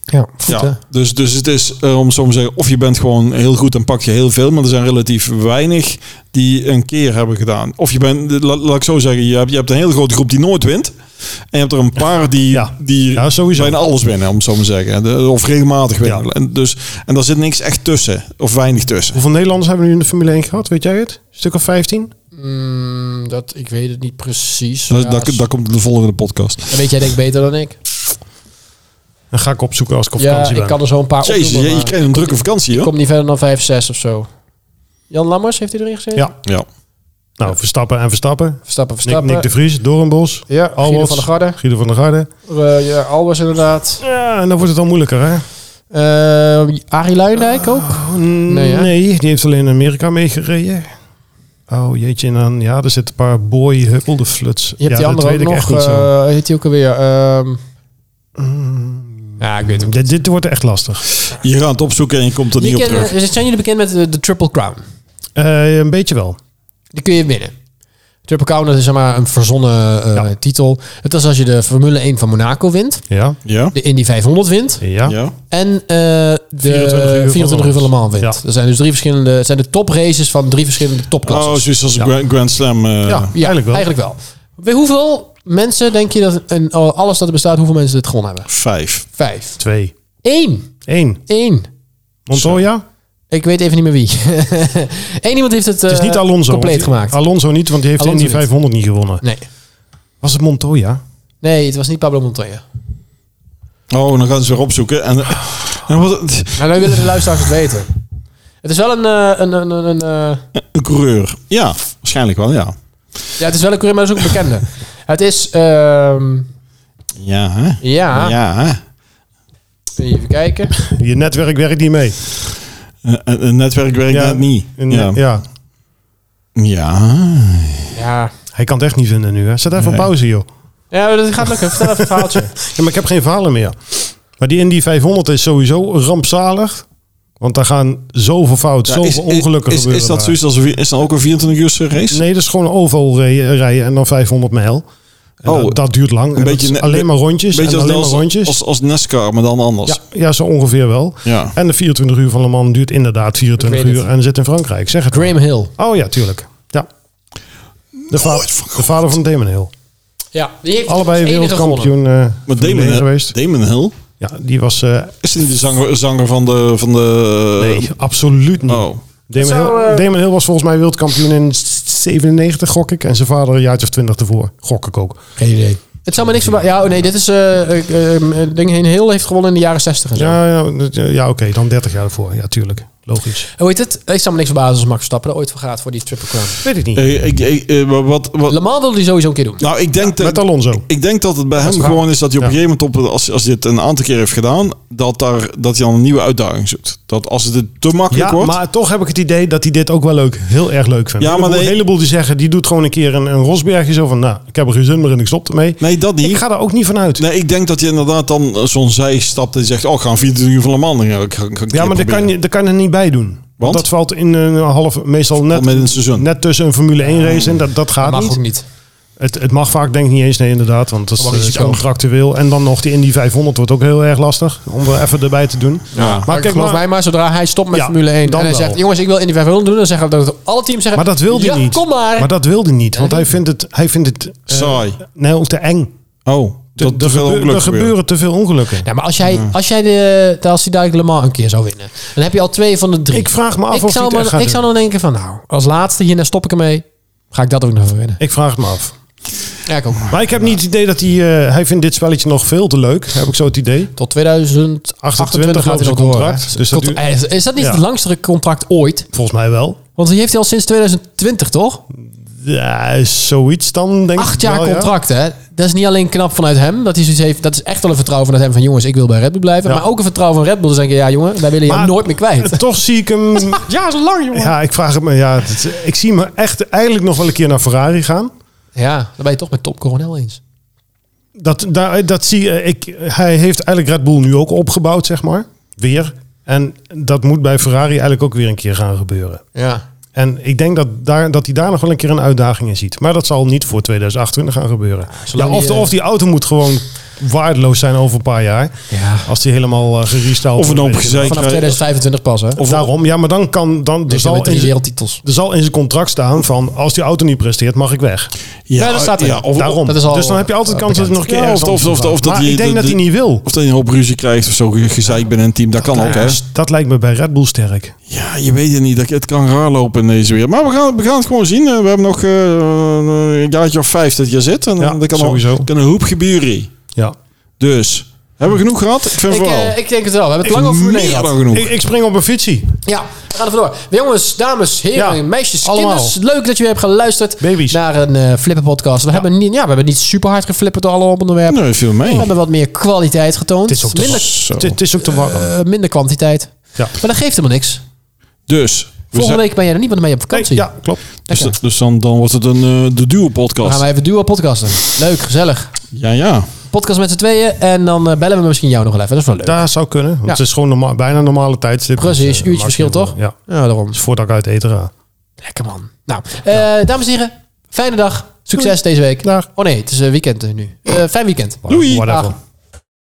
Ja, goed hè? Ja, dus, dus het is, eh, om het zo maar te zeggen, of je bent gewoon heel goed en pak je heel veel, maar er zijn relatief weinig die een keer hebben gedaan. Of je bent, eh, la- laat ik zo zeggen, je hebt, je hebt een hele grote groep die nooit wint. En je hebt er een paar die, Ja. die Ja, sowieso. bijna alles winnen, om het zo maar te zeggen. De- of regelmatig winnen. Ja. En, dus, en daar zit niks echt tussen, of weinig tussen. Hoeveel Nederlanders hebben we nu in de Formule 1 gehad? Weet jij het? Een stuk of 15? Mm, dat, ik weet het niet precies. Dat, Ja, dat, dat komt in de volgende podcast. dat weet jij denk ik beter dan ik. Dan ga ik opzoeken als ik op Ja, vakantie ik ben. kan er zo een paar Jezus, je, opnoemen, je maar krijgt een drukke vakantie, ik hoor. kom niet verder dan 5, 6 of zo. Jan Lammers, heeft hij erin gezeten? Ja. Ja. Nou, Verstappen en Verstappen. Verstappen, Nick, Verstappen. Nick de Vries, Doornbos, ja, Guido Albers. van der Garde. Guido van der Garde. Eh, ja, Albers inderdaad. Ja, en dan wordt het al moeilijker, hè? Oh, Eh Arie Luijendijk ook? Nee, hè? die heeft alleen in Amerika meegereden. Oh jeetje, en dan, ja, er zitten een paar boy huppel de fluts. Je hebt ja, die dat andere ook weet ik nog. echt niet zo. eh, heet die ook alweer? Ehm, Mm. ja, ik weet het Dit, dit wordt echt lastig. Je gaat het opzoeken en je komt er niet Die op kennen- terug. dus zijn jullie bekend met de, de Triple Crown? Eh, een beetje wel. Die kun je winnen. Triple Crown dat is zeg maar een verzonnen eh, Ja. titel. Het is als je de Formule 1 van Monaco wint, Ja, Ja? de Indy 500 wint ja. Ja. en eh, uur de van 24 uur van Le Mans wint. Ja. Dat zijn dus drie verschillende, het zijn de topraces van drie verschillende Oh, topklassen. zoiets als Ja. Grand, Grand Slam. eh, Ja. eigenlijk wel. Eigenlijk wel. Weet hoeveel mensen denk je dat en alles dat er bestaat, hoeveel mensen dit gewonnen hebben? Vijf. Vijf. Twee. Eén. Eén. Eén. Montoya? Ik weet even niet meer wie. Eén iemand heeft het, het is eh, niet Alonso. compleet want die- gemaakt. Alonso niet, want die heeft Alonso in die niet. 500 niet gewonnen. nee. Was het Montoya? nee, het was niet Pablo Montoya. Oh, dan gaan ze weer opzoeken. En, en wat, Maar wij willen de luisteraars het weten. Het is wel een... eh, een, een, een, een, eh, een coureur. Ja, waarschijnlijk wel, ja. ja, het is wel een coureur, maar het is ook een bekende. Het is... ehm, Ja, hè? ja, Ja, hè? even kijken. Je netwerk werkt niet mee. Een- Een, een netwerk werkt Ja. net niet. En, eh, ja. ja. Ja. Ja, Hij kan het echt niet vinden nu. Hè. Zet even op pauze, joh. ja dat gaat lukken. Vertel even het verhaaltje. Ja, maar ik heb geen verhalen meer. Maar die Indy 500 is sowieso rampzalig. Want daar gaan zoveel fouten, Ja, zoveel is, ongelukken is, is, gebeuren. is dat daar. zoiets als een- is dan ook een 24 uur race? Nee, dat is gewoon oval rijden, rijden en dan 500 mijl. En Oh, dat, dat duurt lang. En dat beetje is net- alleen maar rondjes. Beetje en als, alleen maar als, rondjes. als, als NASCAR, maar dan anders. ja, ja, zo ongeveer wel. Ja. En de 24 uur van Le Mans duurt inderdaad 24 Ik weet uur en zit in Frankrijk. Zeg het. Graham Hill. Oh ja, tuurlijk. Ja. De, va- de vader van Damon Hill. Ja, die heeft Allebei als enige gewonnen. wereldkampioen eh Maar Formule Damon, één Hill- geweest. Damon Hill? Ja, die was eh, Is het niet de zanger, zanger van de... Van de nee, absoluut niet. Oh. Damon, zou, Hill, eh, Damon Hill was volgens mij wereldkampioen in 97, gok ik. En zijn vader een jaartje of 20 ervoor, gok ik ook. Geen idee. Het zou me niks verbazen. Ja, oh nee, dit is... eh eh, eh, ding heen Hill heeft gewonnen in de jaren 60 en zo. Ja, ja, dat- ja oké, dan 30 jaar ervoor. Ja, tuurlijk. Logisch. Hoe heet het? Ik zou me niks verbazen als Max Verstappen er ooit voor gaat voor die Triple Crown. Weet ik niet. Eh, ik, ik, eh, wat, wat, Le Mans wil die sowieso een keer doen. nou, ik denk dat... Met Alonso. Ik denk dat het bij hem waar. gewoon is dat hij Ja. op een gegeven moment, op, als, als hij het een aantal keer heeft gedaan, dat, daar, dat hij dan een nieuwe uitdaging zoekt. Dat als het te makkelijk Ja, wordt. maar toch heb ik het idee dat hij dit ook wel leuk, heel erg leuk vindt. Ja, Ja, maar maar een nee. heleboel die zeggen, die doet gewoon een keer een, een Rosbergje zo van, nou, ik heb er geen zin meer in, ik stop ermee. nee, dat niet. Ik ga daar ook niet van uit. nee, ik denk dat je inderdaad dan eh, zo'n zijstap en zegt: Oh, ik ga een 24 uur van de man. Ja, ik ga- ik ga een keer Ja, maar daar kan, proberen. je, daar kan je niet bij doen. Want, Want? dat valt in een half, meestal net, Met een seizoen. net tussen een Formule 1 race en dat, dat gaat Mag niet. ook niet. Het, het mag vaak denk ik niet eens, nee inderdaad, want dat is, Dat mag eh, niet zo. contractueel. En dan nog die Indy 500 wordt ook heel erg lastig om er even erbij te doen. Ja. Maar kijk, kijk geloof mij maar, zodra hij stopt met Ja, Formule 1 en dan hij wel. zegt, jongens, ik wil Indy 500 doen, dan zeggen dat alle teams zeggen, maar dat wil hij ja, niet. kom maar. Maar dat wil hij niet, want Ja. hij vindt het, hij vindt het eh, Saai. nee, ook te eng. Oh, Te- dat te er veel gebeur- ongeluk er gebeuren te veel ongelukken. Ja, maar als jij, Mm. als jij de, de- als die Dijk Le Mans een keer zou winnen, dan heb je al twee van de drie. Ik vraag me af ik of zou, hij het maar- echt gaat ik zou doen. dan denken van, nou, als laatste hierna stop ik ermee. Ga ik dat ook nog even winnen? Ik vraag het me af. Ja, ik ook. Maar ik heb niet het idee dat hij... eh, hij vindt dit spelletje nog veel te leuk. Heb ik zo het idee. Tot 2028 gaat loopt hij nog zijn door. contract, hè? dus dat Tot- duurt- eh, is- is dat niet Ja. het langste contract ooit? Volgens mij wel. Want die heeft hij al sinds 2020, toch? Ja, is zoiets dan denk ik Acht jaar Mm, wel, ja. contract, hè? Dat is niet alleen knap vanuit hem. Dat, hij zoiets heeft, dat is echt wel een vertrouwen vanuit hem. Van jongens, ik wil bij Red Bull blijven. Ja. Maar ook een vertrouwen van Red Bull. Dus denken, ja jongen, wij willen jou Maar- nooit meer kwijt. Toch zie ik hem... Ja, zo lang jongen. Ja. Ja, ik vraag het me. Ja, het is- ik zie me echt eigenlijk nog wel een keer naar Ferrari gaan. dan ben je toch met Tom Coronel eens. Dat, daar, dat zie je- ik. Hij heeft eigenlijk Red Bull nu ook opgebouwd, zeg maar. Weer. En dat moet bij Ferrari eigenlijk ook weer een keer gaan gebeuren. Ja. En ik denk dat, daar, dat hij daar nog wel een keer een uitdaging in ziet. Maar dat zal niet voor 2028 gaan gebeuren. Ja, zolang of, die, de- eh, of die auto moet gewoon waardeloos zijn over een paar jaar. Ja. Als die helemaal eh, gerestyled Of een wordt, hoop weet je gezeik. Vanaf krijg- 2025 pas, hè? wel. Of daarom. Ja, maar dan kan... Dan, er, Dus zal in, drie zijn- wereldtitels. er zal in zijn contract staan van... als die auto niet presteert, mag ik weg. Ja, Ja, dat staat er. ja, of, daarom. dat is al, dus dan heb je altijd eh, kans dat het nog een keer Ja, ergens of- of- anders of- of gaat. dat Maar die- ik denk de- dat hij de- niet wil. of dat je een hoop ruzie krijgt of zo, ge- gezeik binnen een team. Dat kan ook, hè? Dat lijkt me bij Red Bull sterk. Ja, je weet het niet. dat- Het kan raar lopen in deze weer. Maar we gaan, we gaan het gewoon zien. Eh, We hebben nog eh, een jaartje of vijf dat je zit. En Ja, dan kan sowieso. Al, kan een hoop gebeuren. Ja. Dus, hebben we genoeg gehad? Ik vind Ik, het wel. eh, ik denk het wel. We hebben het lang over Formule 1 meer gehad. dan genoeg. Ik, ik spring op een fietsie. Ja, we gaan er vandoor. Jongens, dames, heren, Ja, meisjes, allemaal. kinders. Leuk dat je weer hebt geluisterd Baby's. naar een eh flippenpodcast. We, hebben niet, ja, we hebben niet super hard geflipperd door alle onderwerpen. Nee, viel mee. We hebben wat meer kwaliteit getoond. Het is ook te minder, Zo. Het, het is ook te warm. eh, minder kwantiteit. Ja. Maar dat geeft helemaal niks. Dus, we Volgende zijn- week ben jij er niet, want dan ben je op Nee, vakantie. ja, klopt. dus, dus dan, dan wordt het een eh, de duo Dan podcast. gaan we even duo podcasten. Leuk, gezellig. Ja, ja. Podcast met z'n tweeën. En dan eh, bellen we misschien jou nog wel even. Dat is wel leuk. Daar zou kunnen. Want Ja. het is gewoon norma- bijna een normale tijdstip. Precies, Dus, eh, uurtje verschil maximaal. toch? Ja. ja, daarom. Dus voordat ik uit eten ga. Lekker man. Nou, eh, dames en heren, fijne dag. Succes deze week. Dag. Oh nee, het is eh, weekend eh, nu. Eh, fijn weekend. Doei. Whatever. Dag.